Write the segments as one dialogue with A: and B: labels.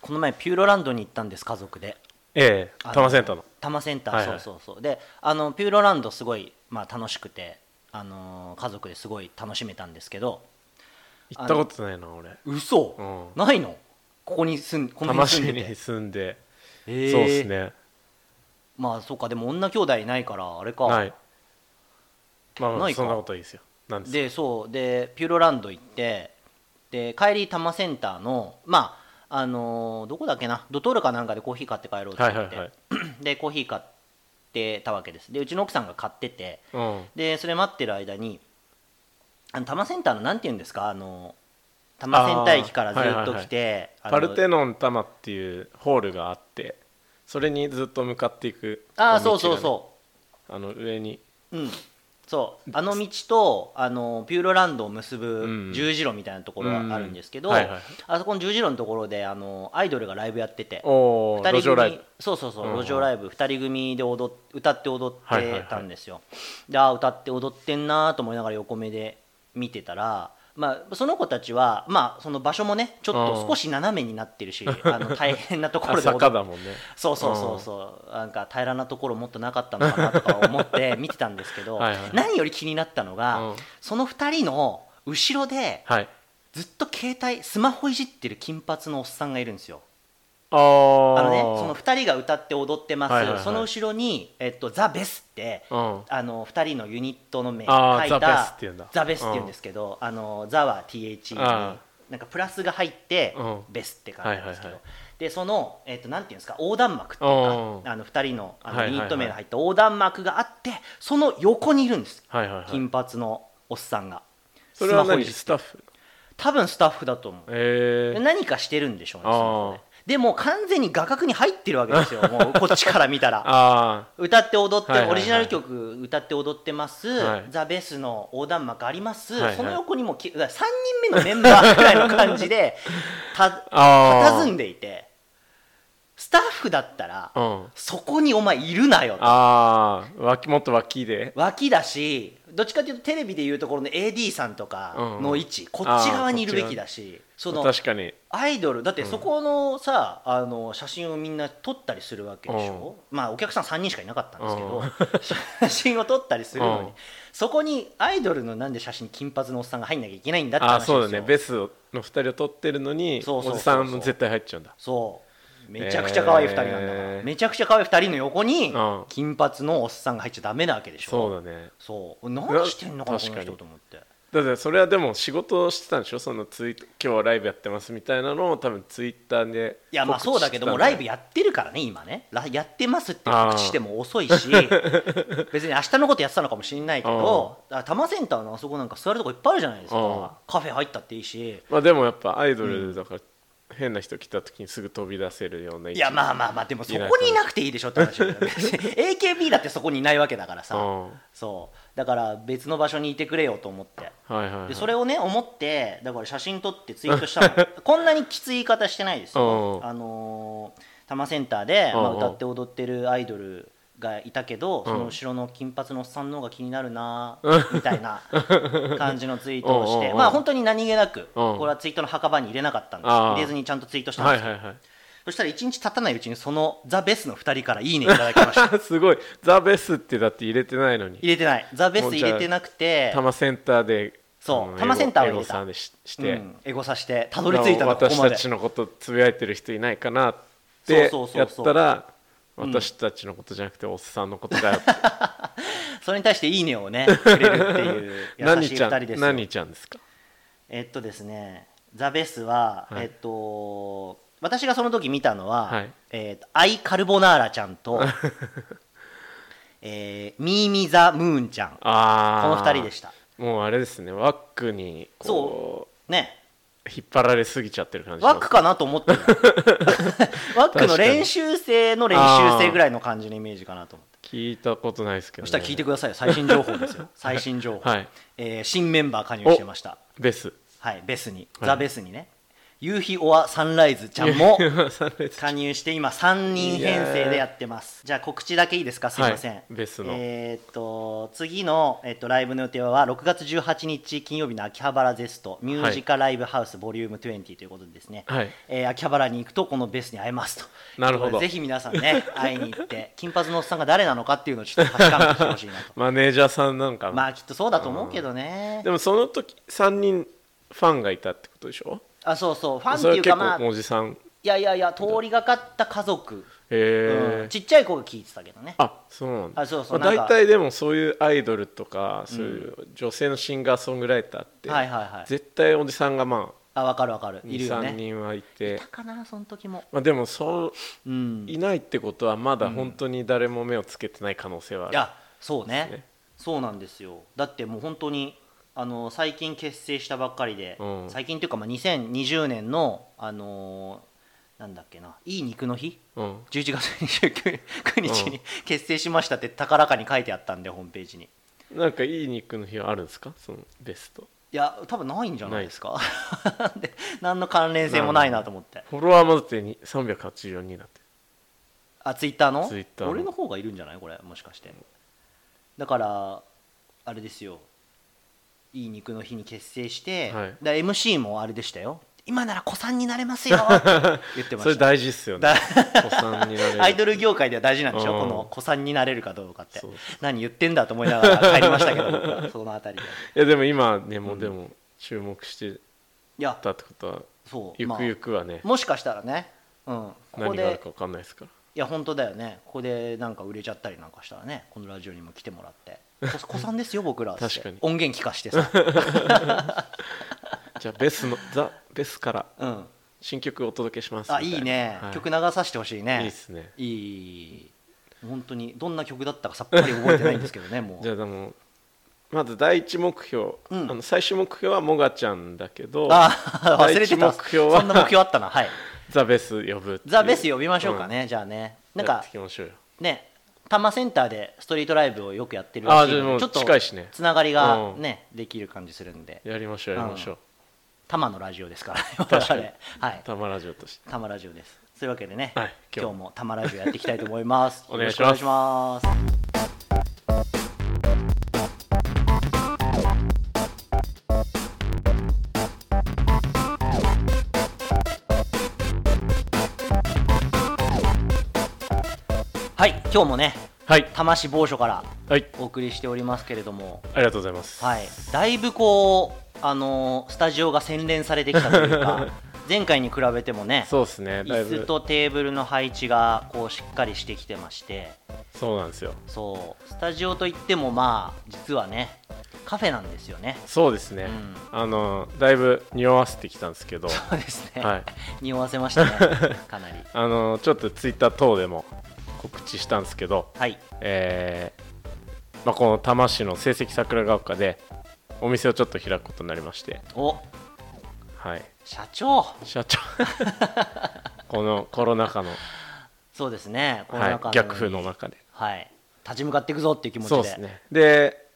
A: この前ピューロランドに行ったんです家族で
B: ええ
A: あの
B: 多摩センターの
A: 多摩センター、
B: はいはい
A: そうそうそうであのピューロランドすごい、まあ、楽しくて、あのー家族ですごい楽しめたんですけど
B: 行ったことないな俺
A: 嘘、
B: うん
A: ないのここに住んこ
B: 多
A: の
B: 摩
A: 辺
B: 市
A: 住んで
B: に
A: て、
B: 住んで、
A: えー
B: そうですね
A: まあそうかでも女兄弟いないからあれか
B: ないまあま
A: な
B: あ
A: いか
B: そんなことはいいですよなんですか
A: でそうでピューロランド行ってで帰り多摩センターのまああのーどこだっけなドトールかなんかでコーヒー買って帰ろうって言
B: は
A: っ
B: い
A: て、
B: はいはい、
A: でコーヒー買ってたわけですでうちの奥さんが買ってて
B: うん、
A: でそれ待ってる間にあの多摩センターのなんて言うんですかあの多摩センター駅からずっと来てあの
B: パルテノン多摩っていうホールがあってそれにずっと向かっていく
A: あーそうそう
B: う
A: そ
B: あの上に
A: ううんそうあの道とあのピューロランドを結ぶ
B: ん
A: 十字路みたいなところがあるんですけど、
B: うんはいはい
A: あそこの十字路のところであのアイドルがライブやってて
B: おお
A: 二
B: 路
A: 人
B: 上ライ
A: 組
B: ブ
A: そうそうそううん
B: うん
A: 路上ライブ2人組で踊っ歌って踊
B: はいはい
A: っ
B: は
A: て
B: い
A: たんですよ、でああ歌って踊ってんなーと思いながら横目で見てたら、まあ、その子たちは、まあ、その場所もねちょっと少し斜めになって るし、あの大変なとこ
B: あ
A: ろで踊っ
B: 坂だもんね
A: そうそうそうそうなんか平らなところもっとなかったのかなとか思 って見てたんですけど
B: はいはい
A: 何より気になったのが、
B: うん
A: その2人の後ろで
B: はい
A: ずっと携帯スマホいじってる金髪のおっさんがいるんですよ
B: あー
A: あのね、その2人が歌って踊ってます、
B: はいはいはい
A: その後ろに、えっと、ザ・ベスって、
B: うん
A: あの2人のユニットの名
B: あー
A: 書いた
B: ザベスっていうんだ
A: ザベスって言うんですけど、あのザは TH に
B: あ
A: なんかプラスが入って、
B: うん
A: ベスって感じなんですけど、
B: はいはい
A: でその、えっとなんていうんですか横断幕っていうか、
B: うん
A: あの2人のあ
B: は
A: の
B: いはい
A: ユ
B: はい
A: ニット名が入った横断幕があって、その横にいるんです、
B: はいはいはい
A: 金髪のおっさんが。
B: それは
A: スマホい
B: 何
A: じって
B: スタッフ
A: 多分スタッフだと思う
B: え
A: で
B: え
A: 何かしてるんでしょうね
B: あー
A: その子ねでも完全に画角に入ってるわけ ですよもうこっちから見たら
B: あ
A: 歌って踊って、
B: はいはいは
A: オ
B: い
A: リジナル曲歌って踊ってます、
B: はい
A: ザ・ベースの横断幕あります、
B: はいはい
A: その横にもき3人目のメンバーぐらいの感じ でた
B: あああ
A: 佇んでいてスタッフだったら、
B: うん
A: そこにお前いるなよと
B: ああ脇もっと脇で
A: 脇だしどっちかというとテレビでいうところの AD さんとかの位置、こっち側にいるべきだしその
B: 確かに
A: アイドルだってそこのさ、あの写真をみんな撮ったりするわけでしょ、まあお客さん3人しかいなかったんですけど、 写真を撮ったりするのに、
B: うん
A: そこにアイドルのなんで写真に金髪のおっさんが入んなきゃいけないんだって
B: ああ
A: 話ですよ
B: そうだねベスの2人を撮ってるのに
A: そう
B: お
A: そうそう
B: じ
A: そう
B: さんも絶対入っちゃうんだ
A: そうめちゃくちゃ可愛い2人なんだから、
B: えー
A: めちゃくちゃ可愛い2人の横に
B: うん
A: 金髪のおっさんが入っちゃダメなわけでしょ
B: そうだね
A: そう何してんのかなこ
B: 確
A: の
B: かに
A: 人と思って
B: だってそれはでも仕事をしてたんでしょそのツイ今日はライブやってますみたいなのを多分ツイッターで
A: いやまあそうだけどもライブ
B: や
A: やってるからね今ねらやってますって告知しても遅いし 別に明日のことやってたのかもしれないけどだから多摩センターのあそこなんか座るとこいっぱいあるじゃないですかカフェ入ったっていいし
B: まあでもやっぱアイドルだから変な人来た時にすぐ飛び出せるようない
A: いやまあまあまあでもそこにいなくていいでしょって話だよ ね別に AKB だってそこにいないわけだからさ
B: は
A: そうだから別の場所にいてくれよと思って
B: いはいはい
A: でそれをね思ってだから写真撮ってツイートしたの こんなにきつい言い方してないですよ
B: うん
A: あのー多摩センターで、まあ
B: うんうん
A: 歌って踊ってるアイドルがいたけど、その
B: うん
A: 後ろの金髪のおっさんの方が気になるなみたい な感じのツイートをして
B: うんうんうん
A: まあ本当に何気なく、
B: う
A: こ
B: ん
A: れはツイートの墓場に入れなかったんです
B: ああ
A: 入れずにちゃんとツイートしたん
B: は
A: で
B: い
A: すよ、
B: はいはい
A: そしたら1日経たないうちにそのザ・ベスの2人から「いいね」いただきました
B: すごいザ・ベスってだって入れてないのに
A: 入れてないザ・ベス
B: もう
A: 入
B: じゃあ
A: れてなくて
B: 多摩センターで
A: そう
B: あの
A: 多摩センターを入れた
B: エゴさんでしし
A: う
B: て、
A: ん、エゴさしてたどり着いたのここ
B: 私
A: ま
B: た
A: で
B: ちのことつぶやいてる人いないかなって
A: そうそ
B: や
A: う
B: っ
A: そうそう
B: たら私たちのことじゃなくておっさんのことだよって
A: それに対して「いいね」を ねくれるっていう優
B: 何
A: しい
B: ちゃ
A: 2人で
B: ん
A: すよ
B: 何ちゃんですか
A: えっとですねザ・ベスは、
B: はい
A: えっと私がその時見たのは、
B: はい
A: えっとアイ・カルボナーラちゃん と、えーミーミ・ザ・ムーンちゃんこ
B: あ
A: の
B: あ
A: 2人でした
B: もうあれですねワックにこ
A: ね
B: う引っ張られすぎちゃってる感じ
A: ワックかなと思って るワックの練習生の練習生ぐらいの感じのイメージかなと思って
B: 聞いたことないですけど、
A: そ
B: ね、
A: したら聞いてくださいよ最新情報ですよ最新情報、
B: はい
A: えー新メンバー加入してました
B: ベス
A: はい、ベスに、
B: はい
A: ザ・ベスにね、夕日オアサンライズちゃん も
B: サンライズ
A: 加入して今3人編成でやってますじゃあ告知だけいいですかすいません、
B: はい別の
A: えーっと次の、えっとライブの予定は6月18日金曜日の秋葉原ゼストミュージカライブハウスボリューム20ということでですね、
B: はい
A: えー秋葉原に行くとこのベースに会えますと
B: なるほ
A: とい
B: ど
A: うことでぜひ皆さんね会いに行って 金髪のおっさんが誰なのかっていうのをちょっと確かめてきてほしいな と
B: マネージャーさんなんかな、
A: まあきっとそうだと思うけどね
B: でもその時3人ファンがいたってことでしょ
A: あそうそうファンって
B: それ
A: いう
B: は
A: かまあ
B: 結構おじさんへ
A: いやいやいや通りがかった家族、うん
B: え、
A: ちっちゃい子が聞いてたけどね
B: あそうなんだ
A: あそうそう
B: ま
A: な
B: あ、
A: ん
B: 大
A: か
B: 体でもそういうアイドルとか、そういう女性のシンガーソングライターって、
A: はいはいはい
B: 絶対おじさんがま
A: あ分かる分かる
B: あ
A: いるよね
B: 23人はいて
A: だかなその時も
B: まあ、でもそううん
A: い
B: いないってことはまだ本当に誰も目をつけてない可能性はある、
A: やそうね
B: ですね
A: そうなんですよだってもう本当にあの最近結成したばっかりで、
B: うん
A: 最近っていうかまあ2020年のあのーなんだっけないい肉の日
B: うん、
A: 11月29日に結成しましたって高らかに書いてあったんでホームページに
B: なんかいい肉の日はあるんですかそのベスト
A: いや多分ないんじゃないですか で何の関連性もないなと思って
B: フォロワーもだってに384人だって
A: あツイッターの
B: Twitter の
A: 俺の方がいるんじゃないこれもしかしてだからあれですよいい肉の日に結成して、
B: はい
A: だ MC もあれでしたよ今なら子さんになれます よって言ってま
B: それ
A: した
B: 大事っすよね
A: だ
B: お子さんになれ る
A: アイドル業界では大事なんでしょ、
B: うん
A: この子さんになれるかどうかって
B: そうそう
A: 何言ってんだと思いながら帰りましたけど僕はそのあたりで
B: いやでも今ねもうでも注目して
A: い や
B: たってことは
A: そう
B: ゆくゆくはね、
A: まあもしかしたらね、うん、ここ
B: 何がある
A: で
B: か分かんないですから
A: いや本当だよねここでなんか売れちゃったりなんかしたらねこのラジオにも来てもらって「子さんですよ僕ら」って
B: 確かに
A: 音源聞かしてさ、
B: じゃあベスの「ザ・ベス」から
A: うん、
B: 新曲をお届けします
A: あ
B: み
A: い
B: た
A: いね、
B: は
A: 曲流させてほしいね
B: いいっすね
A: いい本当にどんな曲だったかさっぱり覚えてないんですけどねも
B: じ
A: う
B: ゃあでもまず第一目標、
A: うん
B: あの最終目標はモガちゃんだけど
A: あ忘れてた
B: 第一目標は
A: そんな目標あったなはい
B: ザ・ベス呼ぶっていう
A: ザ・ベース呼びましょうかね、じゃあね
B: う
A: なん
B: やっ
A: か
B: ていきましょうよ
A: ね多摩センターでストリートライブをよくやってるらしいので
B: あでも
A: ちょっと
B: 近いしね
A: つながりがね、できる感じするんで
B: やりましょうやりましょう、
A: 多摩のラジオですからね我
B: 確かに
A: 々はい
B: たまラジオとして
A: タマラジオです。そういうわけでね、
B: はい
A: 今
B: 今日
A: 日もタマラジオやっていきたいと思います。
B: お願いします
A: よろくお願いします。はい、今日もね、
B: はい
A: 多摩市某所から
B: はい
A: お送りしておりますけれども、
B: ありがとうございます、
A: はい、だいぶこう、あのースタジオが洗練されてきたという か、前回に比べてもね、
B: そうですねだい
A: 椅
B: ぶ
A: 子とテーブルの配置がこうしっかりしてきてまして
B: そうなんですよ
A: そうスタジオといってもまあ実はねカフェなんですよね
B: そうですね、
A: ん
B: あのだいぶ匂わせてきたんですけど
A: そうですね、
B: はい
A: 匂わせました ねかなり
B: あのちょっとツイッター等でも告知したんですけど、
A: はい
B: えーまあ、この多摩市の成績桜ヶ丘でお店をちょっと開くことになりまして、
A: お
B: はい、
A: 社長
B: 社 長このコロナ禍の、
A: そうですねこの
B: はい
A: 中、
B: 逆風の中で
A: はい立ち向かっていくぞっていう気持ちで
B: そうですねで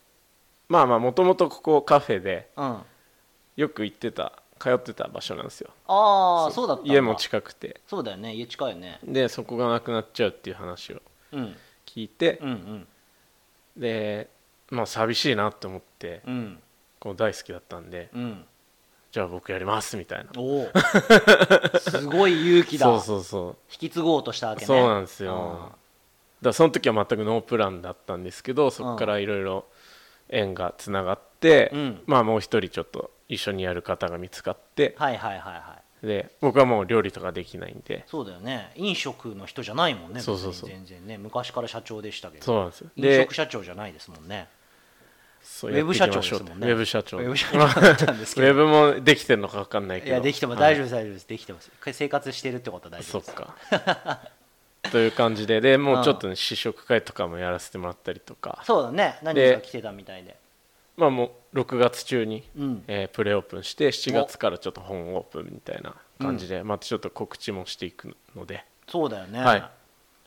B: まあまあもともとここカフェで
A: うんあ
B: よく行ってた通ってた場所なんですよ
A: あそうだったんだ
B: 家も近くて
A: そうだよね家近いよね、
B: でそこがなくなっちゃうっていう話を
A: うん、
B: 聞いて
A: う、んうん
B: でまあ寂しいなって思って、
A: うん
B: こう大好きだったんで、
A: うん
B: じゃあ僕やりますみたいな
A: おお すごい勇気だ
B: そうそうそう
A: 引き継ごうとしたわけね
B: そうなんですよ、だからその時は全くノープランだったんですけどそこからいろいろ縁がつながって、
A: うん
B: まあもう一人ちょっと一緒にやる方が見つかって、
A: はいはいはいはい
B: で僕はもう料理とかできないんで
A: そうだよね飲食の人じゃないもんね
B: そうそうそう
A: 別に全然ね昔から社長でしたけど
B: そうなんですよ
A: 飲
B: で
A: 食社長じゃないですもんね
B: そ
A: ウ
B: う
A: ェブ社長
B: や
A: で
B: っていきましょ
A: す
B: う
A: もんね
B: ウェブ社長
A: ウェブ社長だったんです
B: ウ
A: け
B: ェ
A: ど
B: ブもできてるのか分かんないけ
A: い
B: ど
A: やできても
B: はい
A: 大丈夫です大丈夫ですできてます生活してるってことは大丈
B: そ
A: 夫
B: っ
A: です
B: か という感じででもうちょっと
A: う
B: ね試食会とかもやらせてもらったりとか
A: そうだね何
B: で
A: 人か来てたみたいで
B: まあもう6月中に、
A: うん
B: えープレオープンして7月からちょっと本オープンみたいな感じで、またちょっと告知もしていくので
A: そうだよね、
B: はい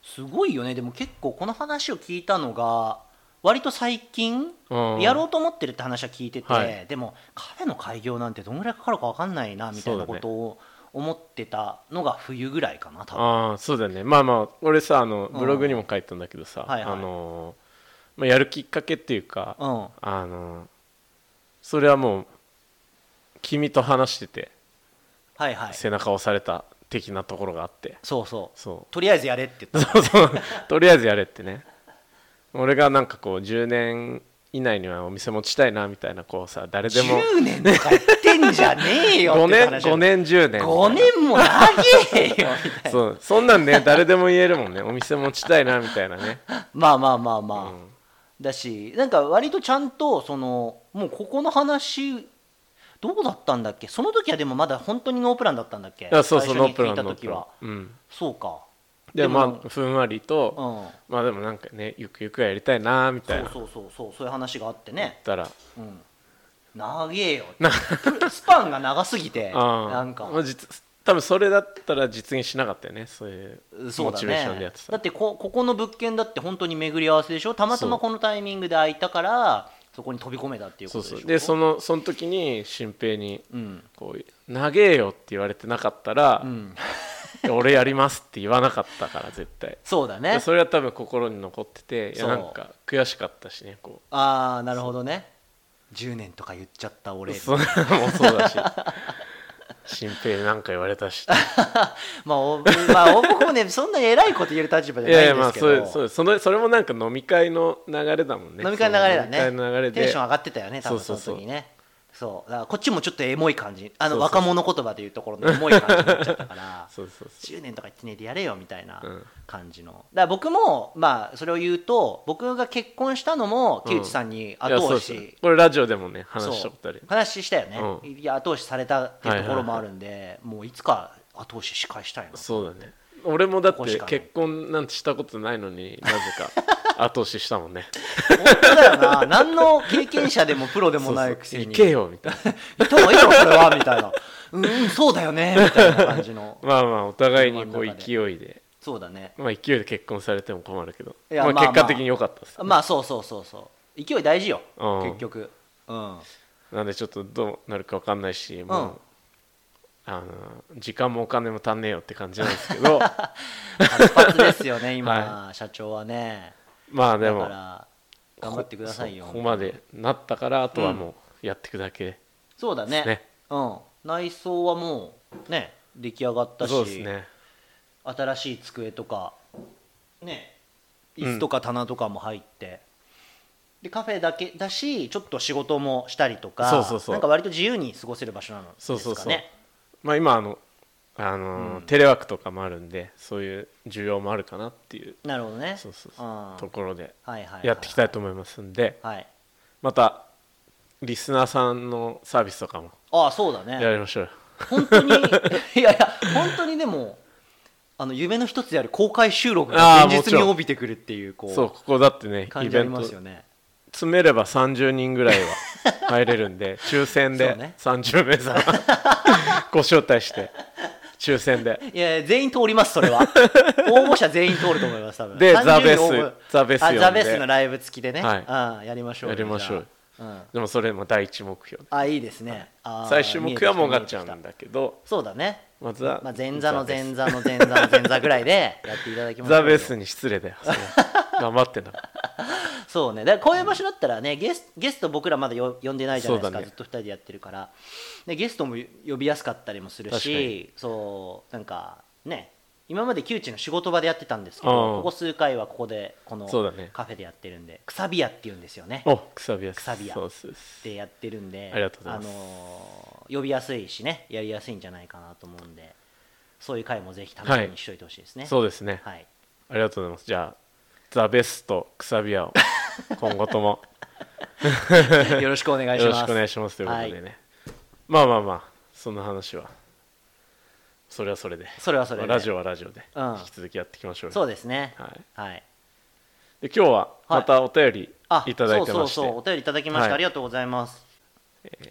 A: すごいよねでも結構この話を聞いたのが割と最近
B: うん
A: やろうと思ってるって話は聞いてて、
B: はい
A: でもカフェの開業なんてどのぐらいかかるか分かんないなみたいなことを思ってたのが冬ぐらいかな多分
B: ああそうだねまあまあ俺さあのブログにも書いたんだけどさ、
A: うんはいはい
B: あのーまあ、やるきっかけっていうか、
A: うん
B: あのーそれはもう君と話してて
A: はいはい
B: 背中押された的なところがあって
A: そうそう
B: そう
A: とりあえずやれって言っ
B: そうそうとりあえずやれってね俺がなんかこう10年以内にはお店持ちたいなみたいなこうさ誰
A: た
B: でも
A: 10年とか言ってんじゃねえよ
B: 5
A: って
B: 年
A: 話
B: 5年10年
A: 5年も長えよみ たいな
B: そうそんなんね誰でも言えるもんねお店持ちたいなみたいな ね
A: まあまあまあまあ、
B: うん
A: だしなんか割とちゃんとそのもうここの話どうだったんだっけその時はでもまだ本当にノープランだったんだっけ
B: あそうそう
A: 最初
B: ノー
A: に
B: プ
A: 聞
B: ラ
A: い
B: ン
A: た
B: ノープ
A: 時
B: ラ
A: は
B: ン、うん、
A: そうか
B: で
A: でも
B: まあふんわりと、
A: うん
B: まあでもなんかねゆくゆくはやりたいなみたいな
A: そうそうそうそうそういう話があって
B: 言っ
A: ね
B: たら
A: うん長え よ
B: な
A: スパンが長すぎて
B: あー
A: なんか
B: まあ、実多分それだったら実現しなかったよねそういう
A: そ
B: モ
A: うだ
B: チベーションでや
A: ね
B: ってた
A: だってこここの物件だって本当に巡り合わせでしょたまたまこのタイミングで空いたからそこに飛び込めたっていう
B: そ
A: こ
B: う
A: とでしょ
B: そうでそのその時に新平に
A: うん
B: こう「投げよ」って言われてなかったら
A: う、ん
B: 俺やります」って言わなかったから絶対
A: そうだ
B: で
A: ね
B: それは多分心に残っててい
A: そ
B: や
A: う
B: なんか悔しかったしねこ
A: ああなるほどね10年とか言っちゃった俺
B: うそんなのもそ うだし新平なんか言われたし
A: まあおまあ僕もねそんなに偉いこと言える立場じ
B: い
A: ゃな
B: やい
A: い
B: や
A: んで
B: ますあ
A: け
B: そ
A: ど
B: れそれそのそれもなんか飲み会の流れだもんね
A: 飲み会の流れだね
B: その飲み会の流れで
A: テンション上がってたよね多分そ
B: そう
A: の
B: そうそう
A: 時ねそうだからこっちもちょっとエモい感じあの
B: そうそうそ
A: 若
B: う
A: 者言葉でいうところのエモい感じになっちゃったから
B: そうそうそ
A: 10年とか言ってねえでやれよみたいな
B: うん
A: 感じの、だから僕もまあそれを言うと僕が結婚したのも木内さんに
B: ういや
A: 後
B: そ
A: 押
B: う
A: し、
B: そうこれラジオでもね
A: そう
B: 話したことある
A: 話したよね、いや後押しされたっていうところもあるんで、もういつか後押しし返したいな
B: そうだね俺もだっ
A: ここしてかない
B: 結婚なんてしたことないのになぜか後押ししたもんね
A: 本当だよ な何の経験者でもプロでもないくせに
B: 行けよみたいな
A: 行った方がいいよそれはみたいなうんうんそうだよねみたいな感じの
B: まあまあお互いにこ
A: 車
B: う
A: の中
B: 勢い で
A: そうだね
B: まあ勢いで結婚されても困るけど
A: いや
B: まあ
A: まあまあ
B: 結果的に良かったです
A: まあそうそうそうそう勢い大事よ
B: うん
A: 結局うん
B: なんでちょっとどうなるか分かんないしも
A: うん
B: うあの時間もお金も足んねえよって感じなんです けど
A: 活発です よね
B: は
A: 今社長はね
B: まあで
A: だ
B: も
A: から頑張ってくださいよ
B: ここまでなったからあとはもうやっていくだけ、
A: そうだ
B: で
A: ね
B: すね
A: うん内装はもうね出来上がった
B: そうです
A: し
B: ね
A: 新しい机とかね椅子とか棚とかも入って、でカフェだけだしちょっと仕事もしたりとか
B: そうそうそう
A: なんか割と自由に過ごせる場所なのですか
B: そ
A: ね
B: うそうそう、まあ今あのあのー、テレワークとかもあるんでそういう需要もあるかなっていう
A: なるほどね
B: そうそうそう、
A: ん
B: ところで
A: はいはいはい
B: やっていきたいと思いますんで、
A: はい
B: またリスナーさんのサービスとかも
A: ああそうだ
B: や
A: ね
B: りましょうよ、
A: 本当に いやいや本当にでもあの夢の一つである公開収録
B: あ
A: が
B: あ
A: 現
B: もち
A: 実に
B: ろん
A: 帯びてくるっていうこう
B: そうここだってねイ
A: 感じ
B: ベ
A: あり
B: ント
A: ますよ
B: 詰
A: ね
B: めれば30人ぐ らいは入れるんで抽選
A: そ
B: で
A: うね
B: 30 名様ご招待して抽選で
A: いやいや全員通りますそ れは応募者全員通ると思います多分
B: で
A: 30
B: ザベス
A: 応募
B: ザベス呼ん
A: あ
B: で
A: ザベスのライブ付きでね、
B: はい
A: あやりましょうよ
B: やりましょうよ
A: じゃあ
B: でもそれも第一目標
A: うん、あいいですね、あー
B: 最終目標はもうがっちゃ
A: 見え
B: う
A: て
B: ん
A: きた
B: だけど
A: そうだね、
B: まずは
A: まあ、前座の前
B: 座
A: 座の前座の前座ぐらいでやっていただきましょう
B: ザ
A: よ
B: ベスに失礼だよそれ は頑張ってな
A: そうねだからこういう場所だったらねゲスゲスト僕らまだよ呼んでないじゃないです
B: そ
A: か、
B: うだね
A: ずっと2人でやってるからでゲストも呼びやすかったりもする
B: 確か
A: し
B: に
A: そうなんかね今まで旧知の仕事場でやってたんですけど
B: うん
A: ここ数回はここでこの
B: そうだね
A: カフェでやってるんで、くさび屋っていうんですよね
B: おくさびやす
A: くさびや
B: そうっす
A: でやってるんで
B: ありがとうございます
A: のー呼びやすいしねやりやすいんじゃないかなと思うんでそういう回もぜひ楽しみにしておいてほしいですね、
B: そうですね
A: はい
B: ありがとうございますじゃあザベスとくさ びやを今後とも
A: よろしくお願いします
B: よろしくお願いしますということでね、まあまあまあその話はそれはそれで
A: それはそれで
B: まあラジオはラジオで
A: うん
B: 引き続きやっていきましょうよ
A: そうですね
B: はい、
A: はい
B: で今日はまたお便り
A: あ
B: いただいてまして、
A: そうそうそうお便りいただきました、
B: はい
A: ありがとうございます、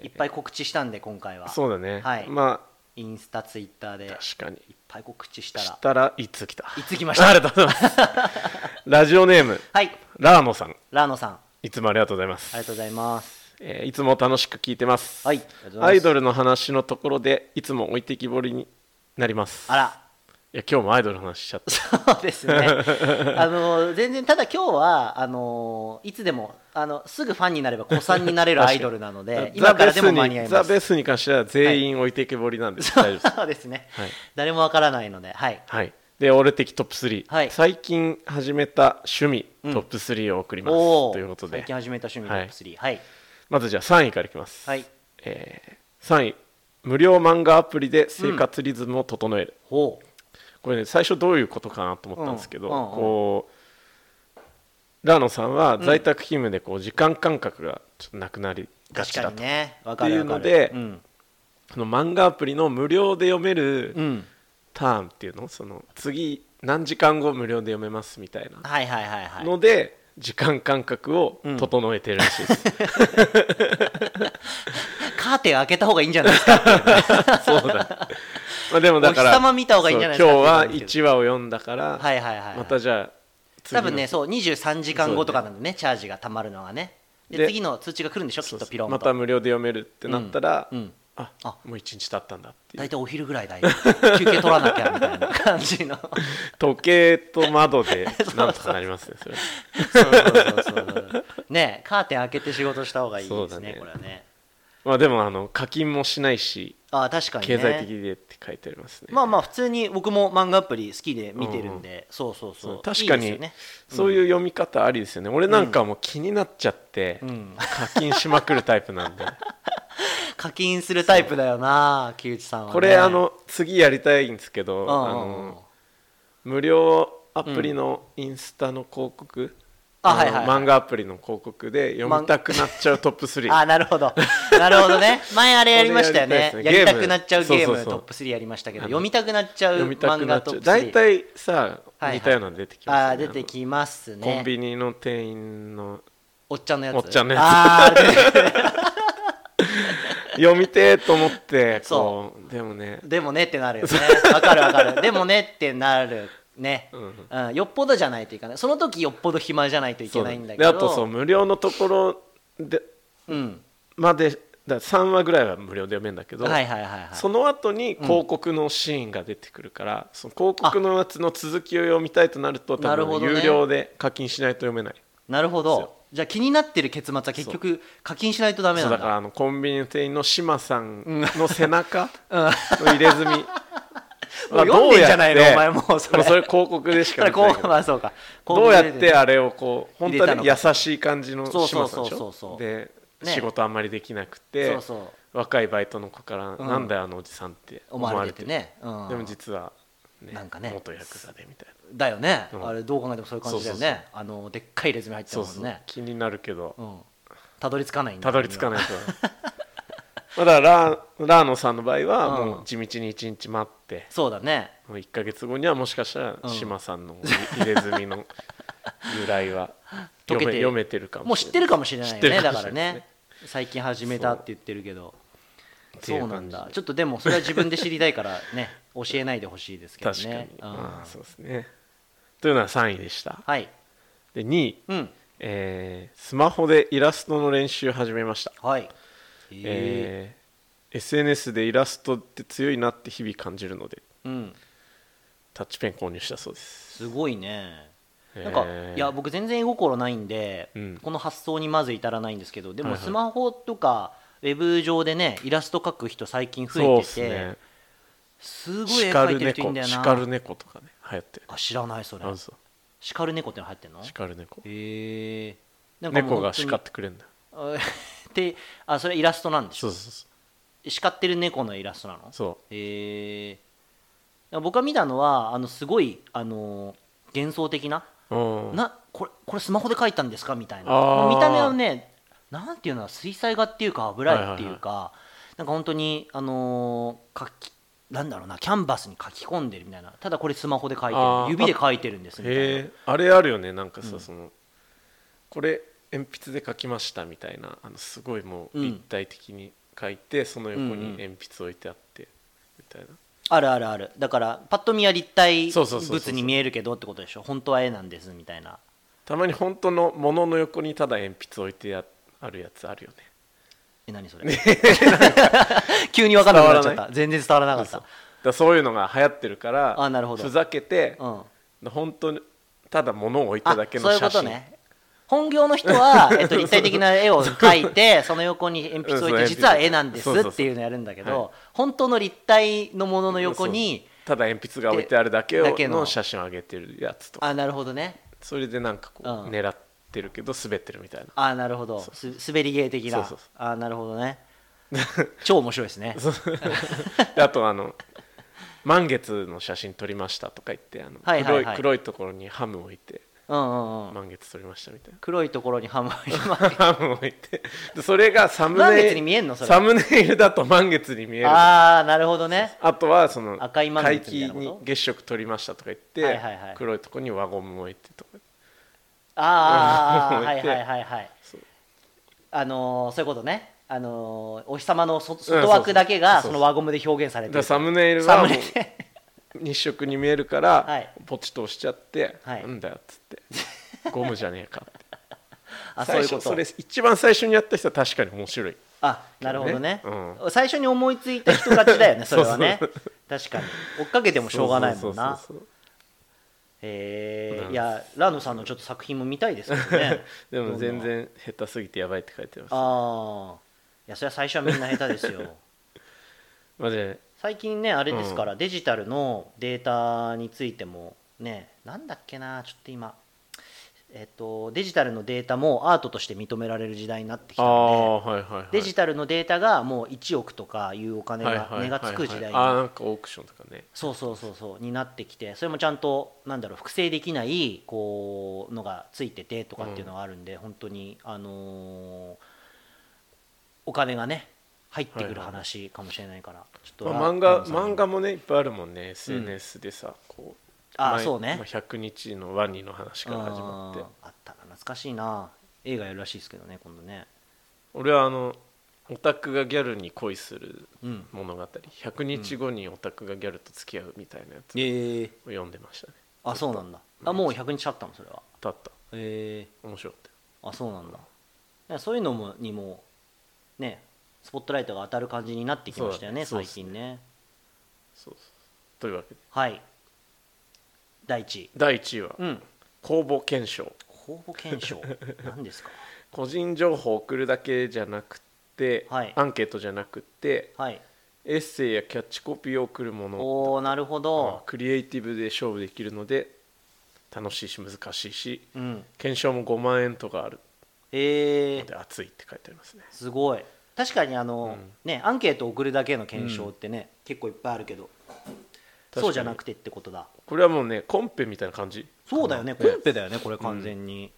A: いっぱい告知したんで今回は
B: そうだね、
A: はい
B: ま
A: インスタツイッターでい
B: あ
A: っ
B: 確かに
A: ぱい告知した
B: し
A: ら
B: たらいつ来た
A: いつ来ました
B: ありがとうございます ラジオネーム
A: はい
B: ラーノさん
A: ラーノさんあ
B: いつもありがとうございます
A: りがとうございます
B: えーいつも楽しく聞いてます、
A: はいありがとうございます
B: アイドルの話のところでいつも置いてきぼりになります
A: あら
B: いや今日もアイドルの話しちゃった
A: そうですね あの全然ただ今日はあのいつでもあのすぐファンになれば子さんになれ るアイドルなので今からでも間に合い
B: ザ・
A: ます
B: ベースに関しては全員置いていけぼりなん で、大丈夫です
A: そうですね、
B: はい
A: 誰もわからないのではい
B: はいで俺的トップ3、
A: はい
B: 最近始めた趣味、トップ3を送ります
A: おお
B: ということで
A: 最近始めた趣味トップ3はい
B: まずじゃあ3位からいきます、
A: はい
B: えー3位無料漫画アプリで生活リズムを整える、
A: ほう
B: これね最初どういうことかなと思ったんですけど、
A: うんうんうん
B: こうラノさんは在宅勤務でこう時間感覚がちょっとなくなりが
A: 確
B: ちだ
A: か
B: と、
A: にねわかるわかる
B: っていうので
A: うん
B: その漫画アプリの無料で読め
A: う
B: る
A: ん
B: ターンっていうのその次何時間後無料で読めますみたいな
A: はいはいはいはい
B: ので、時間感覚を整えてるらしいです、
A: カーテン開けた方がいいんじゃないです か
B: そうだまあでもだから
A: お日様見た方がいいんじゃないですか
B: そう今
A: って言うんで
B: 日は
A: すけ
B: 1話を読んだから、
A: はいはいはいはい
B: またじゃあ次
A: 多
B: の
A: 分ねそう23時間後とかなんでねチャージがたまるのはねで
B: で
A: 次の通知が来るんでしょきっとピロンと
B: また無料で読めるってなったら、
A: うんうん
B: あ
A: あ
B: もう1日経ったんだってい
A: 大
B: う
A: 体お昼ぐらいだよ休憩取らなきゃみたいな感じの
B: 時計と窓で
A: そう
B: なんとかなりますねそれ
A: そうそうそうそう ねカーテン開けて仕事した方がいいで
B: そ
A: す
B: うだ
A: ね
B: ね
A: これはね
B: まあでもあの課金もしないし
A: ああ確かにね
B: 経済的でって書いてありますね
A: まあまあ普通に僕も漫画アプリ好きで見てるんでそうそう
B: そ
A: そう
B: う確かに
A: いいですよね
B: そういう読み方ありですよね、俺なんかもう気になっちゃって、
A: ん
B: 課金しまくるタイプなんで
A: 課金するタイプだよな木内さんはね
B: これあの次やりたいんですけど、
A: うん
B: あ
A: うんうん
B: の無料アプリのインスタの広告、
A: あ
B: の
A: はいはいはい
B: 漫画アプリの広告で読みたくなっちゃうトップ3
A: あなるほどなるほど ね前あれやりましたよね
B: これ
A: や
B: やりたいですね
A: りたくなっちゃうゲー
B: ゲーム
A: ム
B: そうそう
A: ト
B: そう
A: ップ3やりましたけど読みたくなっちゃう
B: 読みたく
A: 漫
B: な
A: 画
B: っ
A: ト
B: ち
A: ッ
B: ゃう
A: プ3
B: 大体さ、
A: はいはい
B: 似たようなの出てきます
A: あ
B: よ
A: ー出てきます
B: あのコン
A: ね
B: ビニの店員の
A: おっちゃんのやつ
B: おっちゃんのやつ
A: あー出てくる
B: 読みてえと思って
A: そ
B: こうでもね
A: で もねってなるよねわかるわかるでもねってなるね、うんよっぽどじゃないといかないその時よっぽど暇じゃないといけないんだけど
B: そうであとそう無料のところで
A: うん
B: までだ3話ぐらいは無料で読めるんだけど、
A: はいはいはいはい
B: その後に広告のシーンが出てくるから、その広告のやつの続きを読みたいとなると
A: な
B: 多
A: るほ
B: 分
A: どね
B: 有料で課金しないと読めない
A: なるほ
B: そう
A: どじゃあ気になってる結末は結局課金しないとダメ
B: そ
A: な
B: うんだ
A: だ
B: からあのコンビニの店員の島さんの背 中の入れ墨
A: もう読んでんじゃないの
B: どうやって
A: お前もうそれ
B: もうそれ広告でし
A: そ
B: か
A: れ
B: 見て
A: こ
B: ない うけど
A: まあそうか
B: どうやって
A: あ
B: あれをこう本
A: 入れ
B: 当
A: たの
B: に
A: か
B: 優しい感じの
A: そうそ
B: 島
A: う
B: さん
A: そう
B: でし
A: そう
B: ょ
A: そう
B: で
A: ね
B: 仕事あんまりできなくて
A: そうそ
B: 若いバイトの子から「
A: うん
B: なんだよあのおじさん」って
A: 思われて
B: 思わ
A: ね、うん、
B: れてでも実は
A: なんかね
B: 元ヤクザでみたいな
A: だよね、
B: うん
A: あれどう考えてもそういう感じだよね
B: そうそう
A: あのでっかいレズミ入ってた
B: そ
A: も
B: うん
A: ね
B: そう気になるけど
A: うんたどり着かないんだ
B: たどり着かないと まあだからラーラーノさんの場合は
A: うん
B: もう地道に1日待って
A: そうだね
B: もう1か月後にはもしかしたら
A: うん
B: 島さんの入れ墨の由来は
A: 溶けて
B: 読め読めてるか
A: も
B: も
A: う
B: し
A: 知
B: れ
A: って
B: ない
A: るかもしれないよ
B: 知って
A: ね
B: るか
A: だ
B: も
A: か
B: し
A: ら
B: れないです
A: ね
B: ね
A: 最近始めたって言ってるけど
B: ってい
A: そううな
B: 感
A: ん
B: じ
A: だちょっとでもそれは自分で知りたいからね教えないでほしいですけど
B: 確かに、
A: ねうん
B: まあそうですねというのは3位でした
A: はい
B: で2位、
A: うん
B: えースマホでイラストの練習始めました、
A: はいえ
B: えー SNS でイラストって強いなって日々感じるので
A: ーうん
B: タッチペン購入したそうです
A: すごいねなんか、
B: えー
A: いや僕全然絵心ないんで、
B: うん
A: この発想にまず至らないんですけどで
B: は
A: も
B: いはい
A: スマホとかウェブ上でねイラスト描く人最近
B: そ
A: 増
B: う
A: え
B: で
A: て
B: す
A: て、
B: ね
A: すごい絵
B: シカ
A: 描い
B: ル
A: てる人いいん
B: 猫
A: だよ
B: シ
A: な
B: カル猫とかね流行ってる
A: あ知らないそれ
B: あそ
A: 叱る猫っての流行ってんの
B: うシカル猫
A: へえ
B: 猫が叱ってくれるんだよ
A: てあそれイラストなんでし
B: そ
A: ょ
B: うそうそ
A: 叱ってる猫のイラストなの
B: うそ
A: へえ僕が見たのはあのすごいあの幻想的な
B: ううん
A: なこれこれスマホで描いたんですかみたいな
B: あー
A: 見た目はねなんていうの水彩画っていうか油絵っていうか、なんか本当にあのー描きなんだろうなキャンバスに書き込んでるみたいなただこれスマホで描いて
B: あ
A: る
B: ー
A: 指で描いてるんですみたいな
B: へえあれあるよねなんかさ、そのこれ鉛筆で描きましたみたいなあのすごいもう
A: うん
B: 立体的に描いて、その横
A: うん
B: に
A: うん
B: 鉛筆置いてあってみたいな、
A: あるあるあるだからパッと見は立体
B: そうそうそうそうそう
A: 物に見えるけどってことでしょ本当は絵なんですみたい な
B: たまに本当のものの横にただ鉛筆置いてああるやつあるよね
A: え何それ 急に分かんなくなっちゃっ
B: 伝わら
A: た全然伝わらなかっ
B: 嘘
A: た
B: らそういうのが流行ってるから
A: あなるほど
B: ふざけて、
A: うん
B: 本当にただ物を置い
A: あ
B: ただけ
A: そう
B: の
A: いうこ
B: 写
A: と
B: 真
A: ね本業の人 は、えっと、立体的な絵を描いてその横に鉛筆を置いて
B: そう
A: 実は絵なんです
B: そうそうそう
A: っていうのやるんだけ
B: は
A: ど本当の立体のものの横に
B: そうただ鉛筆が置いてあるだけを
A: だけの
B: の写真を上げてるやつとか
A: あなるほどね
B: それでなんかこう、
A: うん
B: 狙ってるけど滑ってるみたいな
A: あなるほどす滑り芸的
B: そ
A: な
B: うそうそう
A: あなるほど ね超面白いですね
B: で あとあの満月の写真撮りましたとか言ってあの
A: はいはいはい
B: 黒い黒いところにハム置いて
A: うんうんうん
B: 満月撮りましたみたいな
A: 黒いところにハムが
B: ハム置いてでそれがサム
A: 満
B: ネ
A: 月に
B: イ
A: 見
B: ル
A: えんのそれ
B: サムネイルだと満月に見えるあ
A: ああなるほどね
B: とはその
A: 赤い満
B: 皆
A: 月みたい
B: 既
A: なこと
B: に月食撮りましたとか言って、
A: はいはいはい
B: 黒いところに輪ゴム置いてとか
A: ああ
B: 置
A: はいい
B: て
A: はいはいはい
B: そう
A: あのーそういうことねあのーお日様のそ
B: うん
A: 外枠だけが
B: そうそ
A: そうの輪ゴムで表現されて
B: だか
A: る
B: らサムネイル
A: サ
B: は
A: ム
B: も
A: ネ
B: う
A: で
B: 日食に見えるから、
A: はい
B: ポチッと押しちゃって、
A: はい
B: なんだよっつってゴムじゃねえかって
A: あそう
B: 最
A: いう
B: 初
A: こと
B: それ一番最初にやった人は確かに面白い
A: あなるほどね、
B: う
A: 最初に思いついた人勝ちだ よねそれはね
B: そう
A: 確かに追っかけて
B: で
A: もしょうがないもん な
B: そうそうそう
A: へ
B: う
A: え
B: ん
A: いやラノさんのちょっと作品も見たいですけどね
B: でも全然下手すぎてやばいって書いてます
A: ああいやそれは最初はみんな下手ですよ
B: まあで
A: 最近ねあれですから、デジタルのデータについてもねなんだっけなちょっと今えっとデジタルのデータもアートとして認められる時代になってきた
B: あ
A: の
B: あはいはい、はい、
A: でデジタルのデータがもう1億とかいうお金
B: はい
A: が
B: はい
A: 値がつく時
B: は
A: 代
B: い
A: に
B: はいあーなんかオークションとかね
A: そうそうそうそうになってきてそれもちゃんとなんだろう複製できないこうのがついててとかっていうのがあるんで、本当にあのーお金がね入ってくる話かもしれないから、ちょっと
B: まあ、漫
A: ラ
B: 画
A: ラムさんにも
B: 漫画もねいっぱいあるもんね SNS でさ、こう
A: あー
B: 前
A: そうね
B: まあ100日のワニの話から始まって
A: うんあったな懐かしいな映画やるらしいですけどね今度ね
B: 俺はあのオタクがギャルに恋する
A: うん
B: 物語100日後にオタクがギャルと付き合うみたいなやつを
A: ええ
B: 読んでましたね
A: あそうなんだあもう100日経ったのそれは
B: たった
A: え
B: 面白かったよ
A: あそうなんだだそういうのもにもねスポットライトが当たる感じになってきましたよね
B: そうだね
A: 最近ね
B: そうそうというわけで
A: はい第一位
B: 第1位は
A: うん
B: 公募検証
A: 公募検証 何ですか
B: 個人情報を送るだけじゃなくて、
A: はい
B: アンケートじゃなくて
A: はい
B: エッセイやキャッチコピーを送るもの
A: おおなるほ
B: まあ
A: ど
B: クリエイティブで勝負できるので楽しいし難しいし
A: うん
B: 検証も5万円とかある
A: ええ
B: ので熱いって書いてありますね
A: すごい確かにあの、
B: うん
A: ねアンケートを送るだけの検証ってね、結構いっぱいあるけど
B: かに
A: そうじゃなくてってことだ
B: これはもうねコンペみたいな感じ
A: そうだよねコンペだよねこれ完全に、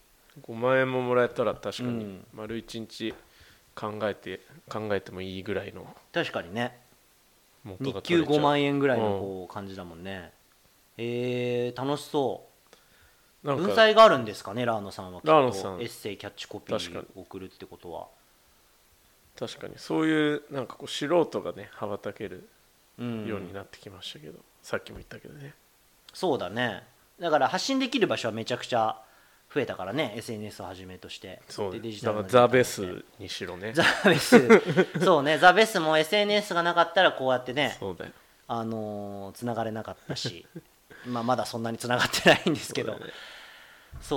B: 5万円ももらえたら確か
A: う
B: に
A: ん
B: 丸1日考えて考えてもいいぐらいの
A: 確かにね
B: 元
A: 日
B: が
A: 給
B: 取れちゃう
A: 5万円ぐらいのこう感じだもんね、えー、楽しそう
B: なんか
A: 文才があるんですかねラーノさんはきっと
B: ラーノさん
A: エッセイキャッチコピ
B: 確
A: ー
B: か
A: を送るってことは
B: 確かにそういうなんかこう素人がね羽ばたける
A: うん
B: ようになってきましたけど、さっきも言ったけどね
A: そうだねだから発信できる場所はめちゃくちゃ増えたからね SNS をはじめとして
B: そう
A: で
B: ね
A: デジタ
B: だ
A: ル
B: か
A: の
B: らザ・ベー
A: 時代
B: スにしろね
A: ザ・ベスそうねザ・ベスも SNS がなかったらこうやってね
B: そうだよ
A: あのー繋がれなかったし まあまだそんなに繋がってないんですけど
B: そ
A: そうう,、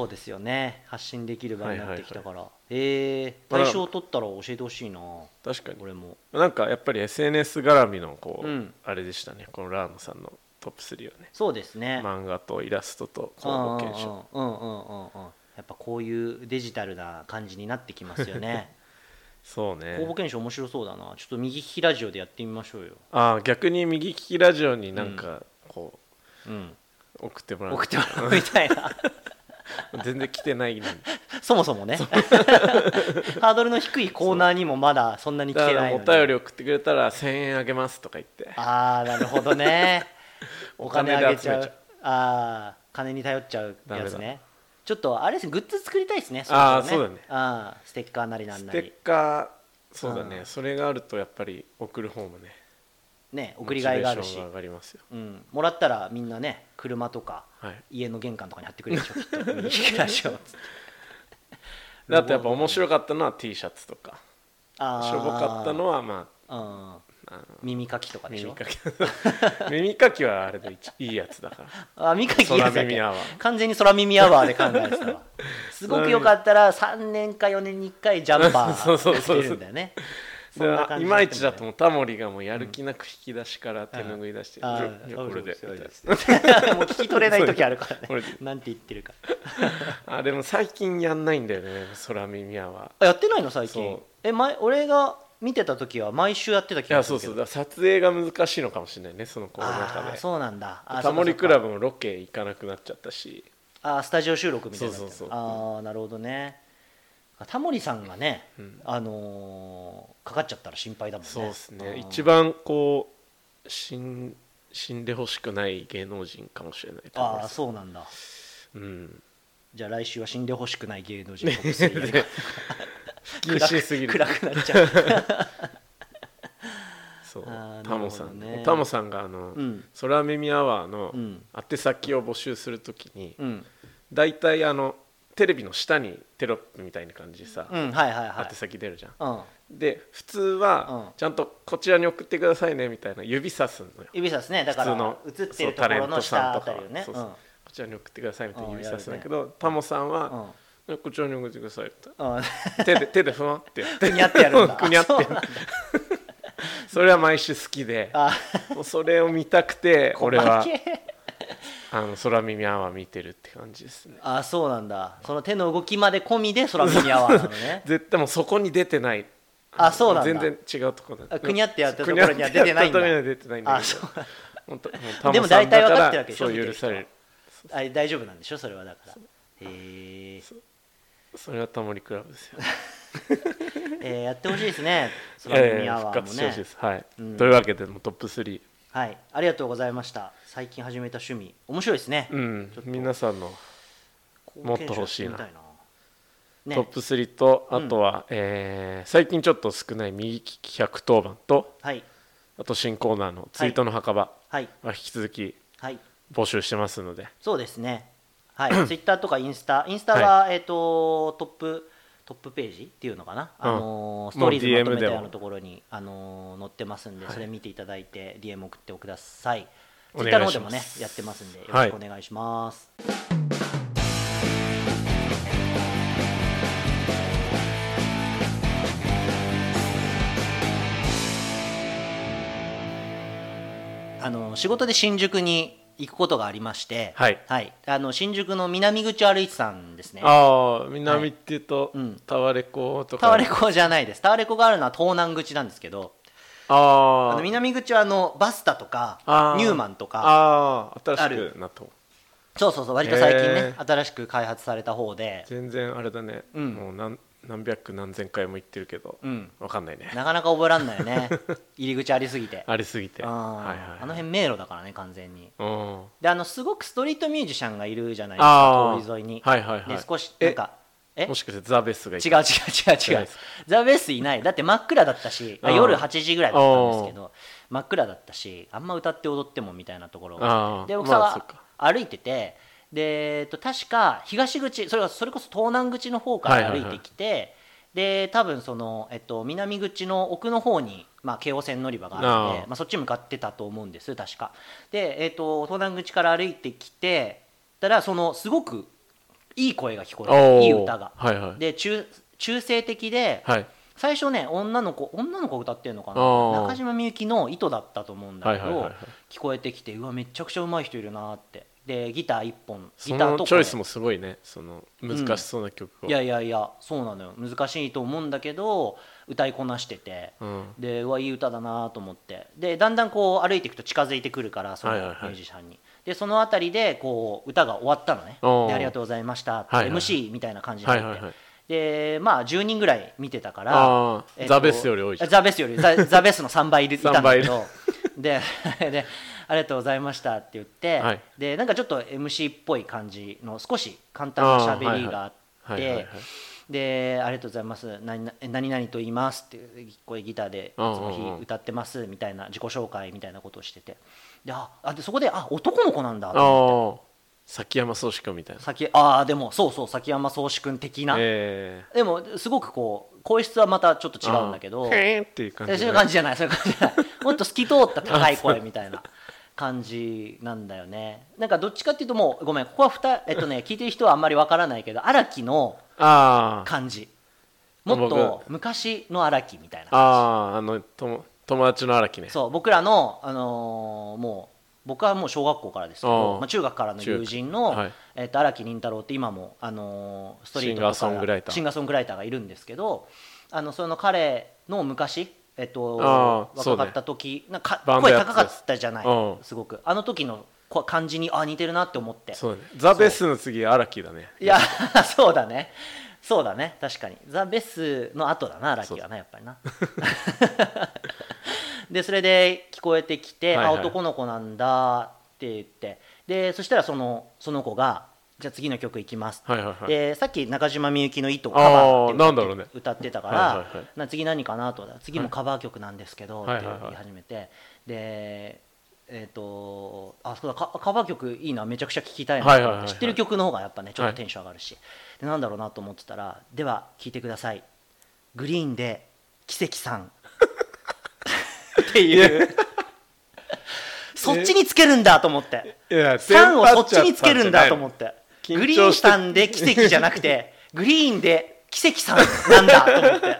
B: だね
A: ですよね発信できる場になってきたから、えー、
B: まあ
A: 対象取ったら教えてほしいな
B: 確かに
A: 俺も
B: なんかやっぱり SNS 絡みのこう、
A: うん
B: あれでしたねこのラーノさんのトップ3はね
A: そうですね、
B: 漫画とイラストと公募検証
A: うんうんうんうんうんうんやっぱこういうデジタルな感じになってきますよ ね
B: そ
A: 公
B: う
A: 募
B: ね
A: 検証面白そうだなちょっと右利きラジオでやってみましょうよ、
B: ああ逆に右利きラジオになんかこ
A: うん、
B: う送ってもらう、
A: 送ってもらうみたいな
B: 全然来てない んで
A: そもそもね ハードルの低いコーナーにもまだそんなに来
B: だか
A: てな
B: ら
A: い
B: お
A: の
B: 便
A: で
B: り送ってくれたら1000円あげますとか言って
A: ああなるほどねお
B: お
A: 金
B: 金
A: あ
B: で
A: げ
B: 集
A: ちゃ
B: め
A: う
B: ちゃう
A: ああ金に頼っちゃうやつ
B: ダメ
A: ねちょっとあれですねグッズ作りたいですねろろ
B: あーそうだね
A: あーステッカーなりなん
B: ス
A: な
B: テ
A: り
B: ッカーそうだね、
A: うん
B: それがあるとやっぱり送る方もね
A: ね送りがいがある
B: モチ
A: し
B: ベーションが上がりますよ
A: うん、もらったらみんなね車とか
B: はい
A: 家の玄関とかに貼ってくれるでしょきっと 右利きラジオっつって
B: であとやっぱ面白かったのは T シャツとかし
A: あー
B: ょぼかったのはま
A: うん
B: あの
A: 耳かきとかでし
B: 耳
A: ょ
B: かき耳かき はあれで一いいやつだ から
A: あ耳かきいいやつだっけ
B: 空耳アワー
A: 完全に空耳アワーで考えてた わすごくよかったら3年か4年に1回ジャンパ
B: そうそう
A: ー
B: そうそ
A: 着
B: う
A: てるんだよ ねそんな
B: だから
A: 感
B: い
A: じ
B: まいちだと
A: 思
B: もうタモリがもうやる気なく引き出しから手拭い出して、
A: あー
B: じゃあこれでみたいな
A: う もう聞き取れない時あるから
B: これ
A: ね
B: で
A: なんて言ってるか
B: あでも最近やんないんだよね空耳アワー
A: あやってないの最近
B: そう
A: え前俺が見てた時は毎週やってた気
B: い
A: が
B: や
A: す
B: そう
A: るけ
B: そう
A: ど
B: だから撮影が難しいのかもしれないねそのコロナ禍
A: あー
B: で
A: そうなんだあー
B: タモリ
A: そっかそっ
B: ク
A: か
B: ラブもロケ行かなくなっちゃったし
A: あースタジオ収録みたいになってる
B: そうそうそう
A: ああなるほどねタモリさんがね、
B: ん
A: あのーかかっちゃったら心配だもんね
B: そうですね
A: ん
B: 一番こう死ん死んでほしくない芸能人かもしれないタモ
A: あ
B: リ
A: あ
B: さ
A: そうなんだ
B: んうん
A: じゃあ来週は死んでほしくない芸能人トップ3やる
B: で不謹慎すぎる
A: 暗くなっち ゃう
B: そう
A: あー
B: タモさん、
A: なるほどね
B: タモさんがあの、
A: うん
B: 空耳アワーの
A: うん
B: 宛先を募集するときに、
A: うん
B: 大体あのテレビの下にテロップみたいな感じでさ、
A: うんはいはいはい
B: 宛先出るじゃん
A: うん
B: で普通
A: うん
B: はちゃんとこちらに送ってくださいねみたいな指さすのよ
A: 指さすねだか
B: 普通
A: ら
B: の
A: 映ってるところの下あたりをね
B: そううタレントさんとかはそうそうんこちらに送ってくださいみたいな
A: うん
B: 指さすんだけ
A: や
B: ど、タモさんは、
A: う
B: こちらに送ってくださいみたい
A: んうん
B: な手で手でふわってやって
A: ふにゃってやるんだ
B: ふにゃってやる
A: そうなんだ
B: それは毎週好きで
A: あ
B: もうそれを見たくて俺は
A: お化け
B: あの空耳アワー見てるって感じですね
A: あーそうなんだその手の動きまで込みで空耳アワー なのね
B: 絶対もうそこに出てない
A: あそうなんだ
B: 全然違うところ
A: あくにゃってやったところには出てないんだ
B: くにゃってやったところには出てないんだ
A: あ
B: け
A: そ
B: ど
A: うなんだ
B: 本当もう
A: でも大体分かってるわけでしょ
B: タモさんだからそう許され
A: 見
B: る
A: てあ大丈夫なんでしょそれはだからへえ
B: それはタモリクラブですよ
A: えーやってほしいですね
B: い
A: 空
B: やいや
A: 耳ア
B: 復
A: ワーも
B: 活してほ
A: ね
B: しいですはい、
A: うん
B: というわけでもうトップ3
A: はいありがとうございました最近始めた趣味面白いですね
B: うん
A: ちょっと
B: 皆さんのもっと欲しい
A: 貢献者やって
B: な
A: みたね
B: トップ3と、
A: うん
B: あとは、えー最近ちょっと少ない右利き110番と
A: はい
B: あと新コーナーのツイートの墓場は
A: はい
B: 引き続き
A: はい
B: 募集してますので、
A: そうですね はいツイッターとかインスタインスタは、えっ、とトップトップページっていうのかな、あのーストーリーズまとめたような
B: もう DM でも
A: ところに、あのー載ってますんで、
B: はい
A: それ見ていただいて DM 送ってください
B: お
A: ツイ
B: 願
A: ッ
B: い
A: タ
B: し
A: ーの
B: ま
A: 方で
B: す
A: もねやってますんでよろ
B: は
A: し
B: い
A: くお願いします、あの仕事で新宿に行くことがありまして、
B: はい
A: あの新宿の南口歩いてたんですね。
B: ああ南っていうと、
A: うん
B: タワレコとか
A: タワレコじゃないです。タワレコがあるのは東南口なんですけど、あ
B: あ
A: の
B: ー
A: 南口はあのバスタとか
B: あー
A: ニューマンとか、
B: あー
A: あ
B: 新し
A: る
B: くなと
A: そうそうそう、割と最近ね
B: へ、ー
A: 新しく開発された方で、
B: 全然あれだね、
A: うん
B: もう何何百何千回も言ってるけど、
A: うん
B: わかんないね
A: なかなか覚えらんないよ ね。入り口ありすぎて。
B: ありすぎて
A: あー
B: はいはいはい、
A: あの辺迷路だからね、完全に。
B: うん
A: で、あのすごくストリートミュージシャンがいるじゃないです
B: あ
A: か
B: あ、
A: 通り沿いに。
B: はいはいはい
A: で、少し、
B: え
A: なんか、え
B: もしかしてザ・ベスがい
A: 違う違
B: う
A: う違う違
B: 違
A: う
B: う
A: ザ・ベースいないだって真っ暗だったしあ
B: うん
A: 夜8時ぐらいだったんですけど真っ暗だったしあんま歌って踊ってもみたいなところ
B: あー
A: で僕
B: まあ
A: さ
B: そっか
A: 歩いててで、えっと、確か東口それはそれこそ東南口の方から歩いてきて、で多分その、えっと、南口の奥の方に、まあ、京王線乗り場があって
B: あー
A: まあ、そっち向かってたと思うんです確かで、えっと東南口から歩いてきてたらそのすごくいい声が聞こえ
B: おー
A: ていい歌が
B: はいはい
A: で中中性的で、
B: はい
A: 最初ね女の子女の子歌ってるのかな
B: あー
A: 中島みゆきの「糸」だったと思うんだけど、
B: はいはいはいはい
A: 聞こえてきてうわめちゃくちゃ上手い人いるなってでギター1本
B: そ
A: ギター
B: の
A: と
B: チョイス
A: 声
B: もすごいねその難しそうな曲を、
A: いやいやいやそうなのよ難しいと思うんだけど歌いこなしてて、
B: うん
A: でうわいい歌だなと思ってでだんだんこう歩いていくと近づいてくるからそのミ
B: はいはい
A: ュ
B: はい
A: ージシャンに、でその辺りでこう歌が終わったのね
B: おー
A: でありがとうございました、
B: はいはい
A: MC みたいな感じになって、
B: はいはいはい
A: でまあ10人ぐらい見てたから
B: あー
A: えっと
B: ザベスより多いじゃん
A: ザベスよりザ ザベスの3倍いるいたんだけ
B: 三
A: どで でありがとうございましたって言って、
B: はい
A: でなんかちょっと MC っぽい感じの少し簡単な喋りがあって。
B: あーはいはいはいはいはいはい
A: で「ありがとうございます何々何々と言います」ってこれギターでいつ
B: うんうん
A: も
B: うん
A: 日歌ってますみたいな自己紹介みたいなことをしててでああでそこで「あ男の子なんだ」
B: ああ崎山宗志君みたいな
A: 先ああでもそうそう崎山壮志君的な、
B: え
A: でもすごくこう声質はまたちょっと違うんだけど
B: あーへーっていう感じ
A: そう
B: じ
A: い
B: ゃ
A: う
B: ない
A: 感じじゃないそう いう感じじゃないもっと透き通った高い声みたいな感じなんだよねなんかどっちかっていうともうごめんここはふた、えっと ね、聞いてる人はあんまりわからないけど荒木の
B: あー
A: 感じもっと昔の荒木みたいな
B: あーあのとも友達の荒木ね
A: そう僕らの、あのーもう僕はもう小学校からですけ
B: あ
A: ど
B: あ
A: まあ、中学からの友人の
B: 中学はい
A: えっと荒木凛太郎って今も、あのーストリートとか
B: シンガーソングライター
A: シンガーソングライターがいるんですけどあのその彼の昔、えっと
B: ああ
A: 若か
B: そう
A: った時、なんか
B: バンド
A: 声
B: やって
A: 高
B: た
A: かったじゃない
B: うん
A: すごくあの時のこ感じにあ似てるなって思って
B: そうねザ・ベスの次荒木だね
A: いや そうだねそうだね確かにザ・ベスの後だなラッキーはなやっぱりなでそれで聞こえてきて、
B: はいはい
A: あ男の子なんだって言ってでそしたらそのその子がじゃあ次の曲いきます、
B: はいはいはい
A: でさっき中島みゆきの「糸」をカバーって
B: あーなんだろうね
A: 歌ってたか
B: はいはいはい
A: らな次何かなと次もカバー曲なんですけどっ
B: はい
A: て言い始めてでえっとあそうだカカバー曲いいなめちゃくちゃ聴きたいなと思って
B: はいはいはいはい
A: 知ってる曲の方がやっぱねちょっとテンション上がるしでなんだろうなと思ってたらでは聴いてくださいグリーンで奇跡さん っていう そっちにつけるんだと思って。
B: いや
A: 3をそっちにつけるんだと思って
B: 緊張して
A: グリーンしたんで奇跡じゃなく てグリーンで奇跡さんなんだと思って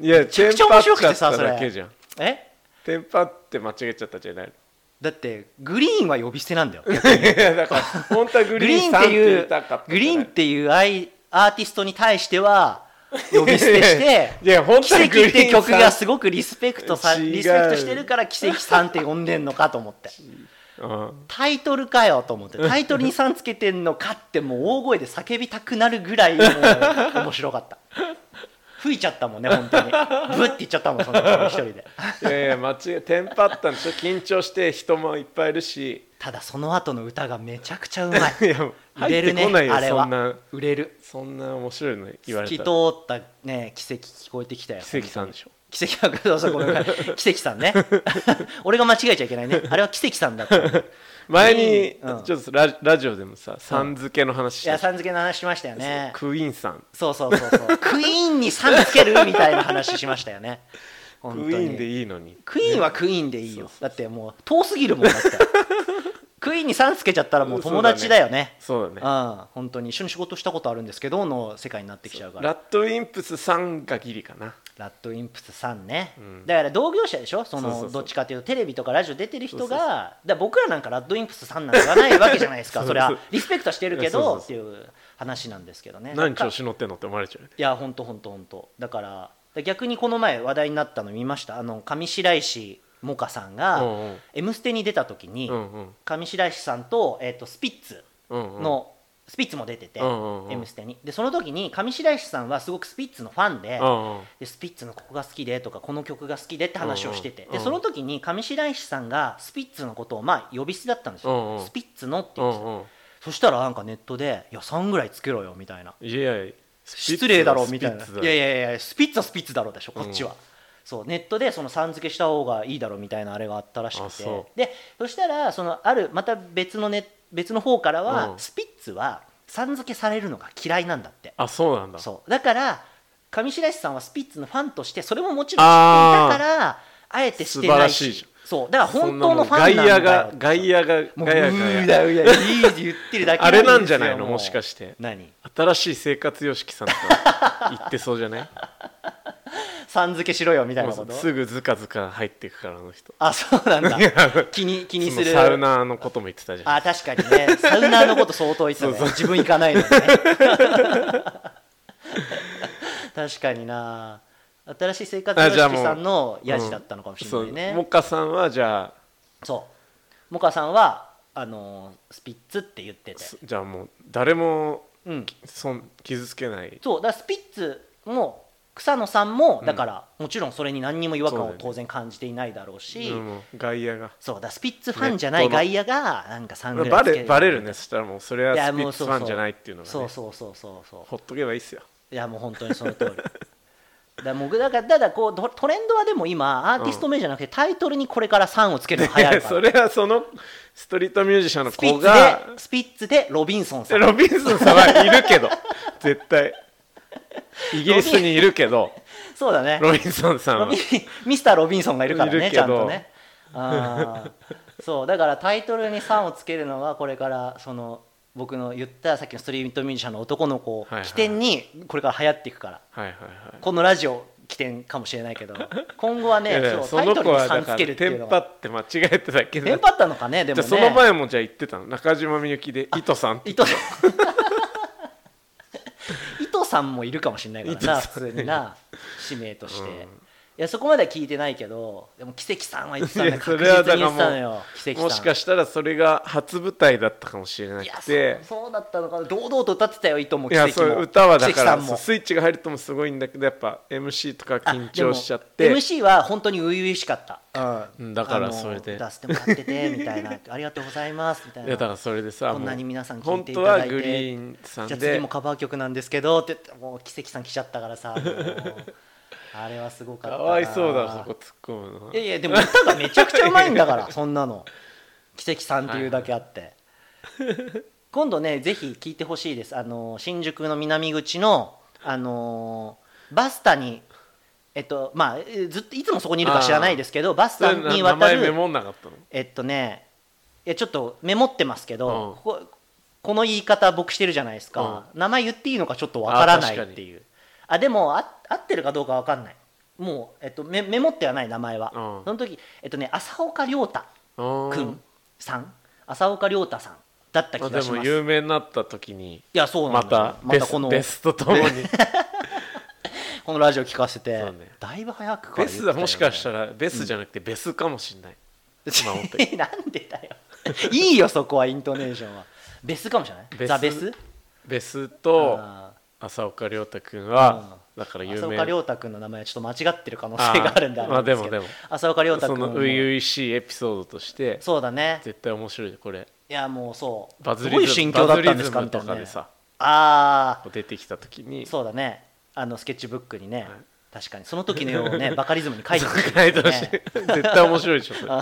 B: いや
A: めちゃ
B: テ
A: く
B: ン
A: ちゃ
B: パ
A: 面
B: っ
A: 白く
B: ちゃ
A: て
B: った
A: さそ
B: だけじゃ
A: れ
B: ん
A: え
B: テンパって間違えちゃったじゃない
A: だってグリーンは呼び捨てなんだよ
B: いやだから本当は グ
A: グリ
B: リー
A: ー
B: ン
A: ン
B: さ
A: っ
B: ん
A: て
B: って言
A: い
B: いうたかった
A: グリーンっていうアイアーティストに対しては呼び捨てし
B: いや
A: て
B: いや本
A: 奇
B: 当にグ
A: 跡
B: リー
A: っ
B: ンさん
A: て曲がすごくリスペクトさ
B: 違う
A: リスペクトしてるから奇跡さんって呼んでんのかと思って
B: うん
A: タイトルかよと思ってタイトルに3つけてんのかってもう大声で叫びたくなるぐらいもう面白かった吹いちゃったもんね本当にブッて言っちゃったもんその一人で
B: いやいや間違えテンパったんでしょ緊張して人もいっぱいいるした
A: だその後の歌がめちゃくちゃうまい
B: いや
A: 売れる
B: 入ってこな
A: ね
B: いよ
A: あれ
B: そんな
A: は売れる
B: そんな面白いの言わ
A: 透
B: れ
A: き
B: た
A: 通
B: ら
A: ったね奇跡聞こえてきたよ
B: 奇跡さんでしょ
A: 奇跡はそうそうごめんご めん奇跡さ んね俺が間違えちゃいけないねあれは奇跡さんだったね
B: 前に
A: うん
B: ちょっとララジオでもささん付けの話し
A: いや
B: た
A: さん付けの話しましたよね
B: クイーンさん
A: そうそうそうそうクイーンに3つけるみたいな話しましたよね
B: ク
A: 本
B: イ
A: 当に
B: ーンでいいのに
A: クイーンはクイーンでいいよ、だってもう遠すぎるもんだってクイーンに3つけちゃったらもう友達だよね
B: そうだね
A: うん本当に一緒に仕事したことあるんですけどの世界になってきちゃうから
B: ラッドウィンプスさんがギリかな
A: ラッドインプスさんね、
B: ん
A: だから同業者でしょその
B: そうそうそう
A: どっちかというとテレビとかラジオ出てる人が
B: そうそうそう
A: だから僕らなんかラッドインプスさんなんて言わないわけじゃないですか
B: そ
A: そ
B: うそう
A: れはリスペクトはしてるけど
B: そうそう
A: っていう話なんですけどね
B: 何調子乗ってんのって思われちゃうよね
A: いや本当本当本当だからだから逆にこの前話題になったの見ましたあの上白石萌歌さんが
B: うんうん
A: 「M ステ」に出た時に
B: うんうん
A: 上白石さんと,、えー、とスピッツ
B: うんうん
A: の、スピッツも出てて「
B: うんうんうん
A: M ステに」でその時に上白石さんはすごくスピッツのファンで,、
B: うんうん
A: でスピッツのここが好きでとかこの曲が好きでって話をしてて、
B: うんうん
A: でその時に上白石さんがスピッツのことをまあ呼び捨てだったんですよ、
B: うんうん
A: スピッツのって
B: う
A: 言ってた、
B: んうん
A: そしたらなんかネットで「いや3ぐらいつけろよ」みたいない
B: やいや
A: 失礼だろみたいない
B: スピッツだ
A: やいやいやスピッツはスピッツだろうでしょこっちは、そうネットでそのさん付けした方がいいだろうみたいなあれがあったらし
B: あ
A: くて
B: そ
A: でそしたらそのあるまた別のね別の方からは、
B: うん
A: スピッツはさん付けされるのが嫌いなんだって
B: あそうなんだ
A: そうだから上白石さんはスピッツのファンとしてそれももちろん知っていたからあえてしてない
B: 素晴
A: し
B: らしいじ
A: そうだから
B: そ
A: 本
B: んなも
A: 当
B: ん
A: のファンなんだよ
B: 外野が外野が
A: もう
B: ガヤ
A: う
B: ガヤ
A: ーだうーだいいって言ってるだけ
B: あれなんじゃ
A: です
B: な
A: よ
B: いのもしかして
A: 何
B: 新しい生活様式さん とか言ってそうじゃない
A: さん付けしろよみたいな
B: も
A: こ
B: う
A: と
B: すぐずかずか入っていくからあの人
A: あそうなんだ
B: いや
A: 気に気に
B: そ
A: す
B: の
A: る
B: サウナーのことも言ってたじゃん
A: あ確かにねサウナーのこと相当言ってたね
B: そう
A: 自分行かないの にね確かにな新しい生活様
B: あじゃあも
A: 式
B: う
A: さんのヤジだったのかもしれない
B: そうも
A: ね
B: っかさんはじゃあ
A: そうモカさんはあのースピッツって言ってて
B: すじゃあもう誰も
A: うん
B: そん傷つけない
A: そうだからスピッツも草野さんもだから、もちろんそれに何にも違和感
B: そうだ
A: を
B: よね
A: 当然感じていないだろうし
B: うんもう外野が
A: そうだからスピッツファンじゃない
B: ネットの
A: 外野がなんかサングラ
B: バ
A: スつけ
B: レバレるねそしたらもうそれはス
A: いや
B: ピ
A: も
B: ッ
A: う
B: ツ
A: そう
B: フ
A: そう
B: ァンじゃないっていうのが
A: そう
B: ね
A: そうそうそうそう
B: ほっとけばいいっすよ
A: いやもう本当にその通り だもうだからただこうトトレンドはでも今アーティスト名じゃなくてタイトルにこれから「さん」をつけるのが流行るから
B: それはそのストリートミュージシャンの
A: スピッ
B: 子
A: ツで
B: が
A: スピッツでロビンソンさん
B: ロビンソンさんはいるけど絶対イギリスにいるけど
A: そうだね
B: ロビンソンさん
A: ロ
B: は
A: ビンミスター・ロビンソンがいるから
B: いる
A: ね
B: け
A: ち
B: ど
A: ゃんと ねあーそうだからタイトルに「さん」をつけるのがこれからその僕の言ったさっきのストリートミュージシャンの男の子を
B: はいはい
A: 起点にこれから流行っていくから、
B: はいはいはい
A: このラジオ起点かもしれない けど今後はね
B: いやいや
A: そう
B: そ
A: タイ
B: の
A: ト
B: 子
A: ルに「
B: は
A: さ
B: だ
A: ん」つ
B: から
A: けるって
B: テ
A: いう
B: ン
A: の
B: パ
A: が
B: って間違えてただけ
A: テ
B: だ
A: ンパったのかねで
B: じ
A: も
B: ゃあ
A: ね
B: その前もじゃあ言ってたの中島みゆきで糸さんって
A: 糸 糸さんもいるかもしれないからな
B: 糸
A: 普
B: さん
A: 通にな使命として、
B: うん
A: いやそこまでは聞いてないけどでも奇跡さんは言ってたん
B: い
A: だ
B: や
A: 確
B: そ
A: 実
B: れはだから
A: に言ってたのよ奇跡さん
B: もしかしたらそれが初舞台だったかもしれないく
A: や
B: て
A: そうそうだったのかな堂々と歌ってたよ糸も
B: い
A: 奇
B: や
A: 跡
B: そ
A: も
B: う歌はだか
A: 奇跡さ
B: ら
A: んも
B: スイッチが入るともすごいんだけどやっぱ MC とか
A: あ
B: 緊張しちゃっ
A: で
B: て
A: も MC は本当に初々しかった、
B: うんだからそれで
A: あの出してもらっててみたいな ありがとうございますみたい
B: い
A: な
B: やだからそれでさ
A: こんなに
B: もう
A: 皆さん聞い
B: 本
A: ていた
B: 当
A: だい
B: は
A: て
B: グリーンさん
A: じゃあ
B: で
A: 次もカバー曲なんですけどって言ってもう奇跡さん来ちゃったからさもうあれはすごか
B: か
A: ったな
B: わいそうだわそこ突っ込むの
A: いやいやでも歌がめちゃくちゃうまいんだから そんなの奇跡さんっていうだけあって、今度ねぜひ聞いてほしいですあの新宿の南口のあのバスタにえっとまあえずっといつもそこにいるか知らないですけどバス
B: そ
A: タ
B: れな
A: に
B: 名
A: 渡
B: 前メ
A: る
B: モんなかったの
A: えっとねいやちょっとメモってますけど、
B: う
A: こ
B: ん
A: ここの言い方僕してるじゃないですか、名前言っていいのかちょっとわからないっていうあでもあ合ってるかどうかわかんないもう、えっと、メメモってはない名前は、
B: うん
A: その時えっとね浅岡亮太
B: あ
A: く
B: ー
A: んさん、浅岡亮太さんだった気
B: まあ
A: がし
B: で
A: ま
B: も
A: す
B: 有名になった時に
A: いやそうな
B: ま
A: んですよ
B: たベ ス
A: この
B: ベストともに
A: このラジオ聞かせて、
B: そうね
A: だいぶ早くから
B: ベスだもしかした
A: ら
B: らベスじゃなくてベスかもしれない
A: なんでだよいいよそこはイントネーションはベスかもしれない
B: ベス
A: ザベス
B: ベスと
A: あー
B: 浅岡亮太君はだから有
A: 浅
B: 名
A: 岡亮太君の名前はちょっと間違ってる可能性があるんで
B: あー
A: あれですけど
B: まあでもでも
A: 浅岡亮太
B: そ
A: 君
B: の
A: も
B: 初々しいエピソードとして
A: そうだね
B: 絶対面白いこれ
A: いやもうそう
B: バズ
A: どういう
B: リズ
A: 心
B: ム
A: 境
B: バ
A: だ
B: ズ
A: った
B: リ
A: んで
B: ズ
A: すか
B: ム
A: みた
B: と
A: いな
B: か
A: ね、
B: でさ
A: あ
B: 出てきた時に
A: あそうだねあのスケッチブックにね、確かにその時のよ うねバカリズムに書いてほしい
B: 書いてほしい
A: ね
B: 絶対面白いでしょそれ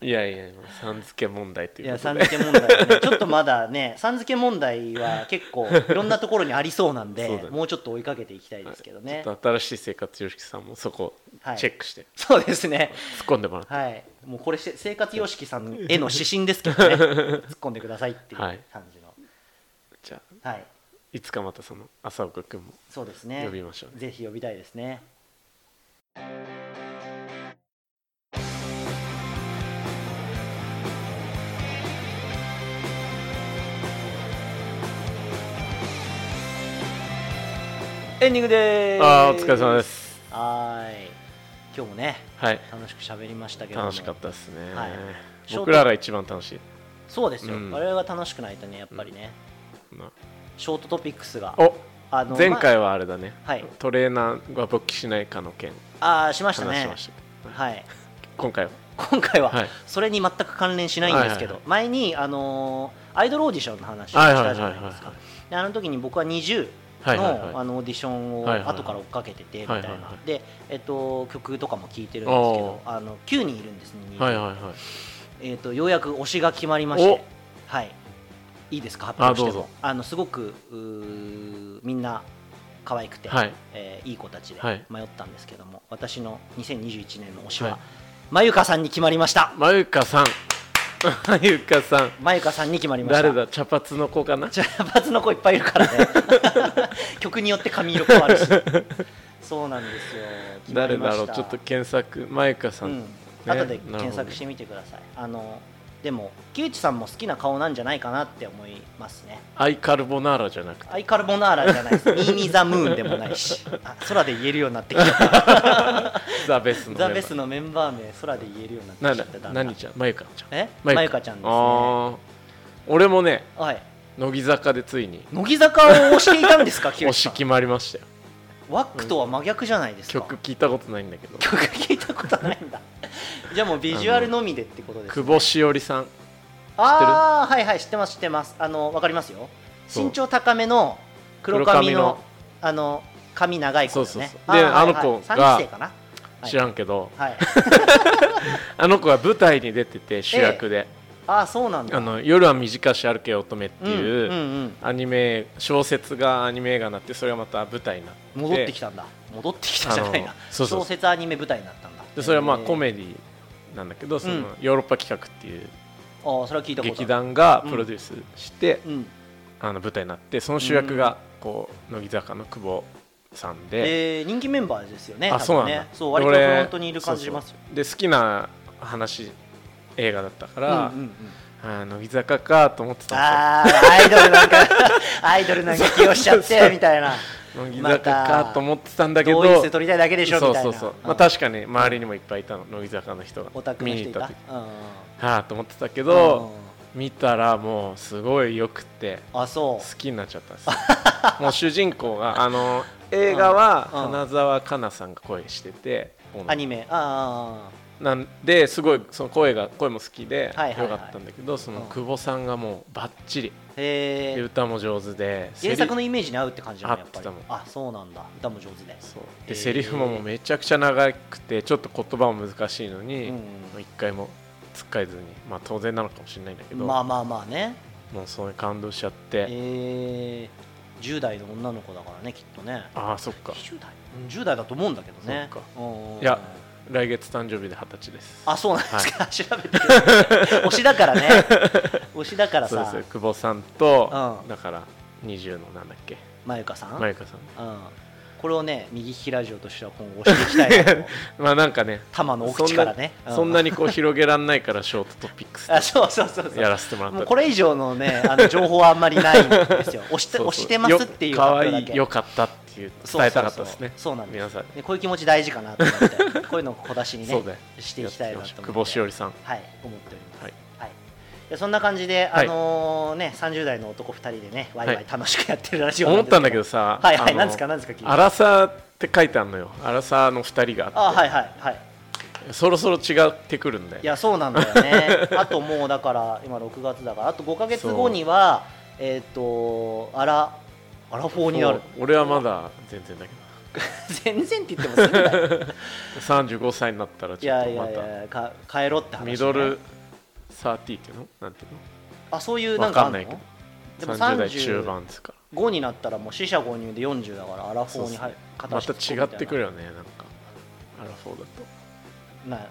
B: いやいやもうさん付け問題と
A: い
B: いう
A: や
B: こと
A: さん
B: で
A: 付け問題はねちょっとまだねさん付け問題は結構いろんなところにありそうなんで
B: そうだね
A: もうちょっと追いかけていきたいですけどね
B: ちょっと新しい生活様式さんもそこ
A: はい
B: チェックして
A: そうですね
B: 突っ込んでもらって、
A: はい、もうこれし生活様式さんへの指針ですけ どね突っ込んでくださいっていう
B: は
A: 感
B: い
A: じの
B: じゃあ
A: はい、
B: いつかまたその浅岡君も
A: そうですね
B: 呼びましょうね
A: ぜひ呼びたいですねエンディングでーす
B: あーお疲れ様です
A: はーい今日もね
B: はい
A: 楽しく喋りましたけども
B: 楽しかったですね、
A: はい
B: 僕らが一番楽しい
A: そうですよ、
B: うん
A: 我々が楽しくないとねやっぱりね、
B: な
A: ショートトピックスが
B: お
A: あの
B: 前
A: ま
B: 回はあれだね、
A: はい
B: トレーナーが勃起しないかの件
A: ああーしました
B: 話し
A: ね
B: ましたけど、
A: はい
B: 今回は
A: 今回は
B: はい
A: それに全く関連しないんですけど、
B: はい
A: 前にあのーアイドルオーディションの話を
B: はいはい
A: し
B: は
A: た
B: いはい
A: じゃないですかであの時に僕は NiziU の,、
B: はいはいはい
A: あのオーディションを
B: はいはいはい
A: 後から追っかけててみたいな、
B: はいはいはい
A: で、えっと、曲とかも聴いてるんですけどあの9人いるんですね、NiziU
B: はいはいはい
A: えー、とようやく推しが決まりましてはいいいですか発表して
B: あどう
A: も
B: ぞ
A: あのすごくうーみんな可愛くて、
B: はい
A: えーいい子たちで
B: はい
A: 迷ったんですけども、私の2021年の推しは、
B: はい
A: まゆかさんに決まりました
B: まゆかさん まゆかさん
A: まゆかさんに決まりました
B: 誰だ茶髪の子かな
A: 茶髪の子いっぱいいるから ね曲によって髪色変わるしそうなんですよ決まり
B: 誰
A: ま
B: だ
A: し
B: ろう
A: た
B: ちょっと検索まゆかさん、
A: うん
B: ね
A: 後で
B: なる
A: 検
B: ほど
A: 索してみてくださいあのでも木内さんも好きな顔なんじゃないかなって思いますね
B: アイカルボナーラじゃなくて
A: アイカルボナーラじゃない ですミーミーザムーンでもないしあ空で言えるようになってきちゃ った
B: ザ・ベスのメンバ
A: ザ・
B: ー
A: ベスのメンバー名空で言えるようにな
B: な
A: っ
B: ん
A: てきちゃ
B: だ
A: った
B: 何ちゃんまゆかちゃん
A: え
B: まゆか
A: まゆかちゃんですねは
B: ああ俺もね
A: い
B: 乃木坂でついに
A: 乃木坂を推していたんですか木
B: 推
A: 内
B: し
A: さん
B: 決まりましたよ
A: ワックとは真逆じゃないですか
B: 曲聞いたことないんだけど
A: 曲聞いたことないんだじゃあもうビジュアルのみでってことです
B: 久
A: ね
B: 保しおりさん
A: ああはいはい知ってます知ってますあのわかりますよ
B: そう
A: 身長高めの黒髪の
B: 黒髪の
A: あの髪長い子ですね
B: そうそうそうで
A: ーはいはい
B: あの子
A: 三
B: が
A: 期生かな
B: 知ら
A: ん
B: んけど
A: はい
B: あの子が舞台に出てて主役で
A: ああそうなんだ
B: あの夜は短し歩け乙女っていう、
A: うんうん
B: アニメ小説がアニメ映画になってそれがまた舞台になって
A: うん、戻ってきたんだ戻ってきたじゃない
B: あ
A: な
B: のそうそう
A: 小説アニメ舞台になったんだ
B: でそれはまあ
A: へー
B: コメディなんだけどそ
A: うん
B: のヨーロッパ企画っていう
A: ああそれは聞いたことある
B: 劇団がプロデュースして
A: うん
B: あの舞台になってその主役がこう乃木坂の久保さんで
A: えー人気メンバーですよね
B: あそう
A: 多
B: なん
A: 分
B: だ
A: ねそう割とフ
B: 俺
A: ロントにいる感じしますよ
B: そうそうで好きな話映画だったから
A: うんうんうん
B: あー乃木坂かと思ってたん
A: あーアイドルなんか アイドルな劇をしちゃってみたいな
B: ですよ乃木
A: ま
B: 坂
A: た
B: かと思ってたんだけど
A: 同一数取りたいだけでしょ
B: そ
A: み
B: う
A: たい
B: そ
A: な
B: うそう、
A: ん
B: まあ、確かに周りにもいっぱいいたの乃木坂の人が
A: オタク
B: 見
A: の
B: に
A: 人
B: 行
A: い
B: ったた時
A: うんうん
B: はあと思ってたけ
A: うん
B: ど見たらもうすごいよくて
A: あそ
B: 好きになっちゃっ たんですよもう主人公があの映画は
A: うんうん
B: 花澤香菜さんが声してて
A: うアニメあー
B: なんですごいその声が声も好きで
A: はいはいはい
B: よかったんだけどその
A: うん
B: 久保さんがもうバッチリ
A: へえ
B: で歌も上手でセ
A: 原
B: リ
A: 作のイメージに合うって感じなのやっぱり
B: 合ってた
A: あそうなんだ歌も上手で
B: そ
A: へ
B: う
A: ー
B: でセリフももうめちゃくちゃ長くてちょっと言葉も難しいのに
A: うん
B: もう一回もつっかえずにまあ当然なのかもしれないんだけど
A: まあまあまあね
B: もうそういう感動しちゃって
A: えー、10代の女の子だからねきっとね
B: ああそっか
A: 20代うん10代だと思うんだけどね
B: そっか
A: うんうんうん
B: いや来月誕生日で二十歳です
A: あそうなんですか、 調べて推しだから ね推しだから
B: そうで
A: さ
B: すよ久保さんと
A: うん
B: だから20のなんだっけ
A: まゆかさん、
B: まゆかさん
A: うん、これをね右利きラジオとしては今後推していきたいな と
B: まあなんかね
A: 玉のお口からね
B: そんなそんな
A: に
B: にこう広げられないからショートトピックス
A: あそうそうそうそう
B: やらせてもらった
A: もうこれ以上のねあの情報はあんまりないんですよ押して
B: そうそう
A: 押してますっていう
B: よ可
A: 発表
B: 愛
A: だ
B: い
A: け
B: よかったっていう
A: そうそうそう
B: 伝えたかったですね
A: そうなんです
B: 皆さん
A: ねこういう気持ち大事かなと思ってこういうのを小出しに
B: そう
A: ね
B: だよ
A: していきたいなと思って
B: 久保しおりさん
A: はい思っております、
B: はい
A: はい、でそんな感じで、
B: はい
A: あのね、30代の男2人でね、わいわ
B: はい
A: い楽しくやってるラジオ
B: 思ったんだけど
A: さ、
B: さ
A: はいはい、
B: あの
A: なんですか、なんですか、
B: 「
A: 君
B: アラサー」って書いてあるのよアラサーの二人が
A: あ
B: あって
A: はいはいはい、
B: そろそろ違ってくるんで
A: いや、そうなんだよね、 あともうだから、今6月だから、あと5か月後には、えっ、と、あら、アラフォーになる、
B: そう俺はまだ全然だけ
A: 全然って言ってもすぐだ よ、
B: ど35歳になったら
A: い
B: ちょっ
A: や
B: と
A: い
B: ま
A: やい
B: た
A: や、か帰ろって話、ね、
B: ミドル30っていうのなんていう
A: あ、そういう
B: の
A: な
B: わ
A: んか
B: か
A: あん
B: ん
A: の
B: ないけど
A: でも
B: 30代中盤ですから
A: 5になったら、もう死者購入で40だから、アラフォーに入る、
B: また違ってくる
A: る
B: よねなんかアラフォー
A: な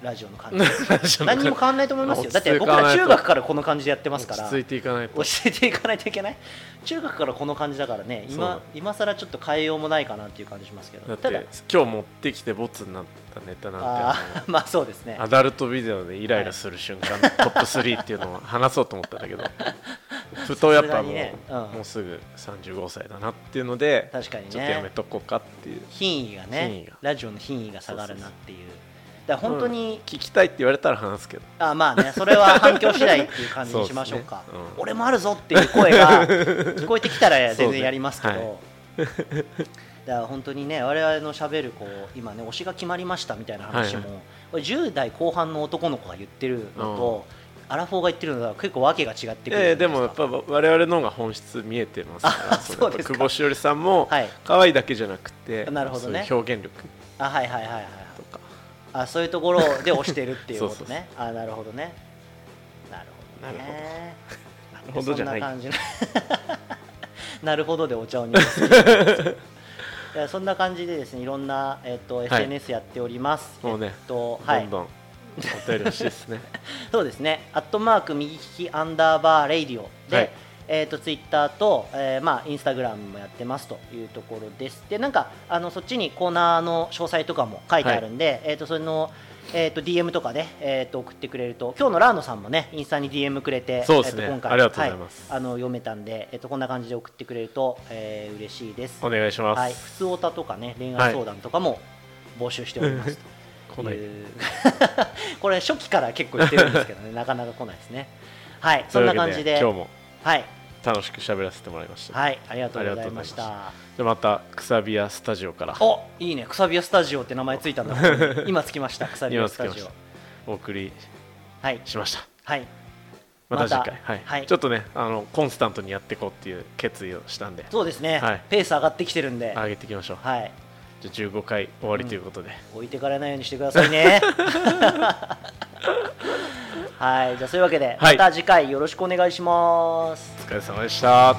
A: ラジオの感じ。
B: だと
A: 何にも変わんないと思いますよ
B: 落
A: だ
B: ち
A: っ
B: 着いて
A: て
B: いか
A: 僕
B: ないと
A: ら中学からこの感じでやってますか
B: 落
A: ら
B: ち着いていかないと
A: 落ち着いていかないといけない中学からこの感じだからね
B: そうだ
A: 今今更ちょっと変えようもないかなっていう感じしますけ
B: だ
A: ど
B: って
A: ただ
B: 今日持ってきてボツになったネタなんて
A: あ
B: あ
A: ー まあそうですね
B: のアダルトビデオでイライラする瞬間、トップ3っていうのを話そうと思ったんだ けどふとやっ
A: さすが
B: ぱもう,、
A: にねうん
B: もうすぐ35歳だなっていうので
A: 確かにね
B: ちょっとやめとこうかっていう
A: 品位がね
B: 品位が
A: ラジオの品位が下がるなっていうだから本当に、
B: 聞きたいって言われたら話すけど
A: あまあねそれは反響次第っていう感じにしましょうか
B: そうですねうん
A: 俺もあるぞっていう声 が聞こえてきたら全然やりますけど
B: そうねは
A: だから本当にね我々のしゃべるこう今ね推しが決まりましたみたいな話も、
B: はい
A: これ10代後半の男の子が言ってるのと、アラフォーが言ってるのとは結構訳が違ってくるじゃない
B: ええ
A: す
B: で
A: か
B: もやっぱ我々の方が本質見えてますから
A: あ
B: れ
A: そうですか
B: やっぱ久保しおりさんも
A: はい
B: 可愛いだけじゃなくて、
A: なるほどね
B: そういう表現力
A: あはいはいはいはい
B: とか
A: あそういうところで押してるっていうことね
B: そうそうそう
A: あなるほどねなるほどね
B: なる
A: な
B: るほどじゃな
A: そん
B: い
A: な感じの なるほどでお茶を濁す いやそんな感じでですねいろんな、えっと SNS やっております、
B: もうね
A: えっとはい、
B: どんどんお便り欲しいですね
A: そうですね、アットマーク右利きアンダーバーレイディオで、
B: はい
A: えー、とツイッターと、えーまあ、インスタグラムもやってますというところです。で、なんかあのそっちにコーナーの詳細とかも書いてあるんで、えー、とそれの、えー、と DM とかで、えー、と送ってくれると、今日のラーノさんもね、インスタに DM くれて、
B: そうですね
A: えーと今回
B: ありがとうございます
A: はあの読めたんで、えーと、こんな感じで送ってくれると、えー嬉しいです。
B: お願いしま す、
A: はい、普通オタとかね、恋愛相談とかも募集しておりますと。
B: 来ない
A: いう これ初期から結構言ってるんですけ どねなかなか来ないですねはいそんな感じで
B: というわけ今日も
A: はい、
B: 楽しく喋らせてもらいました、
A: はい、ありがとうございました
B: ありじゃあまたくさびやスタジオから
A: おいいねくさびやスタジオって名前ついたんだ 今つきましたくさびや
B: 今
A: ス
B: つき
A: タ
B: ま
A: ジ
B: し
A: オ
B: たお送り
A: はい
B: しました
A: はい
B: また次
A: ま
B: 回、
A: た
B: はい
A: はい
B: ちょっとねあのコンスタントにやっていこうっていう決意をしたんで
A: そうですね、
B: はい
A: ペース上がってきてるんでは
B: 上
A: い、
B: げていきましょう、じゃあ15回終わりということで、
A: 置いてかれないようにしてくださいねはいじゃあそういうわけで
B: は
A: ま
B: い
A: た次回よろしくお願いします、
B: お疲れ様でした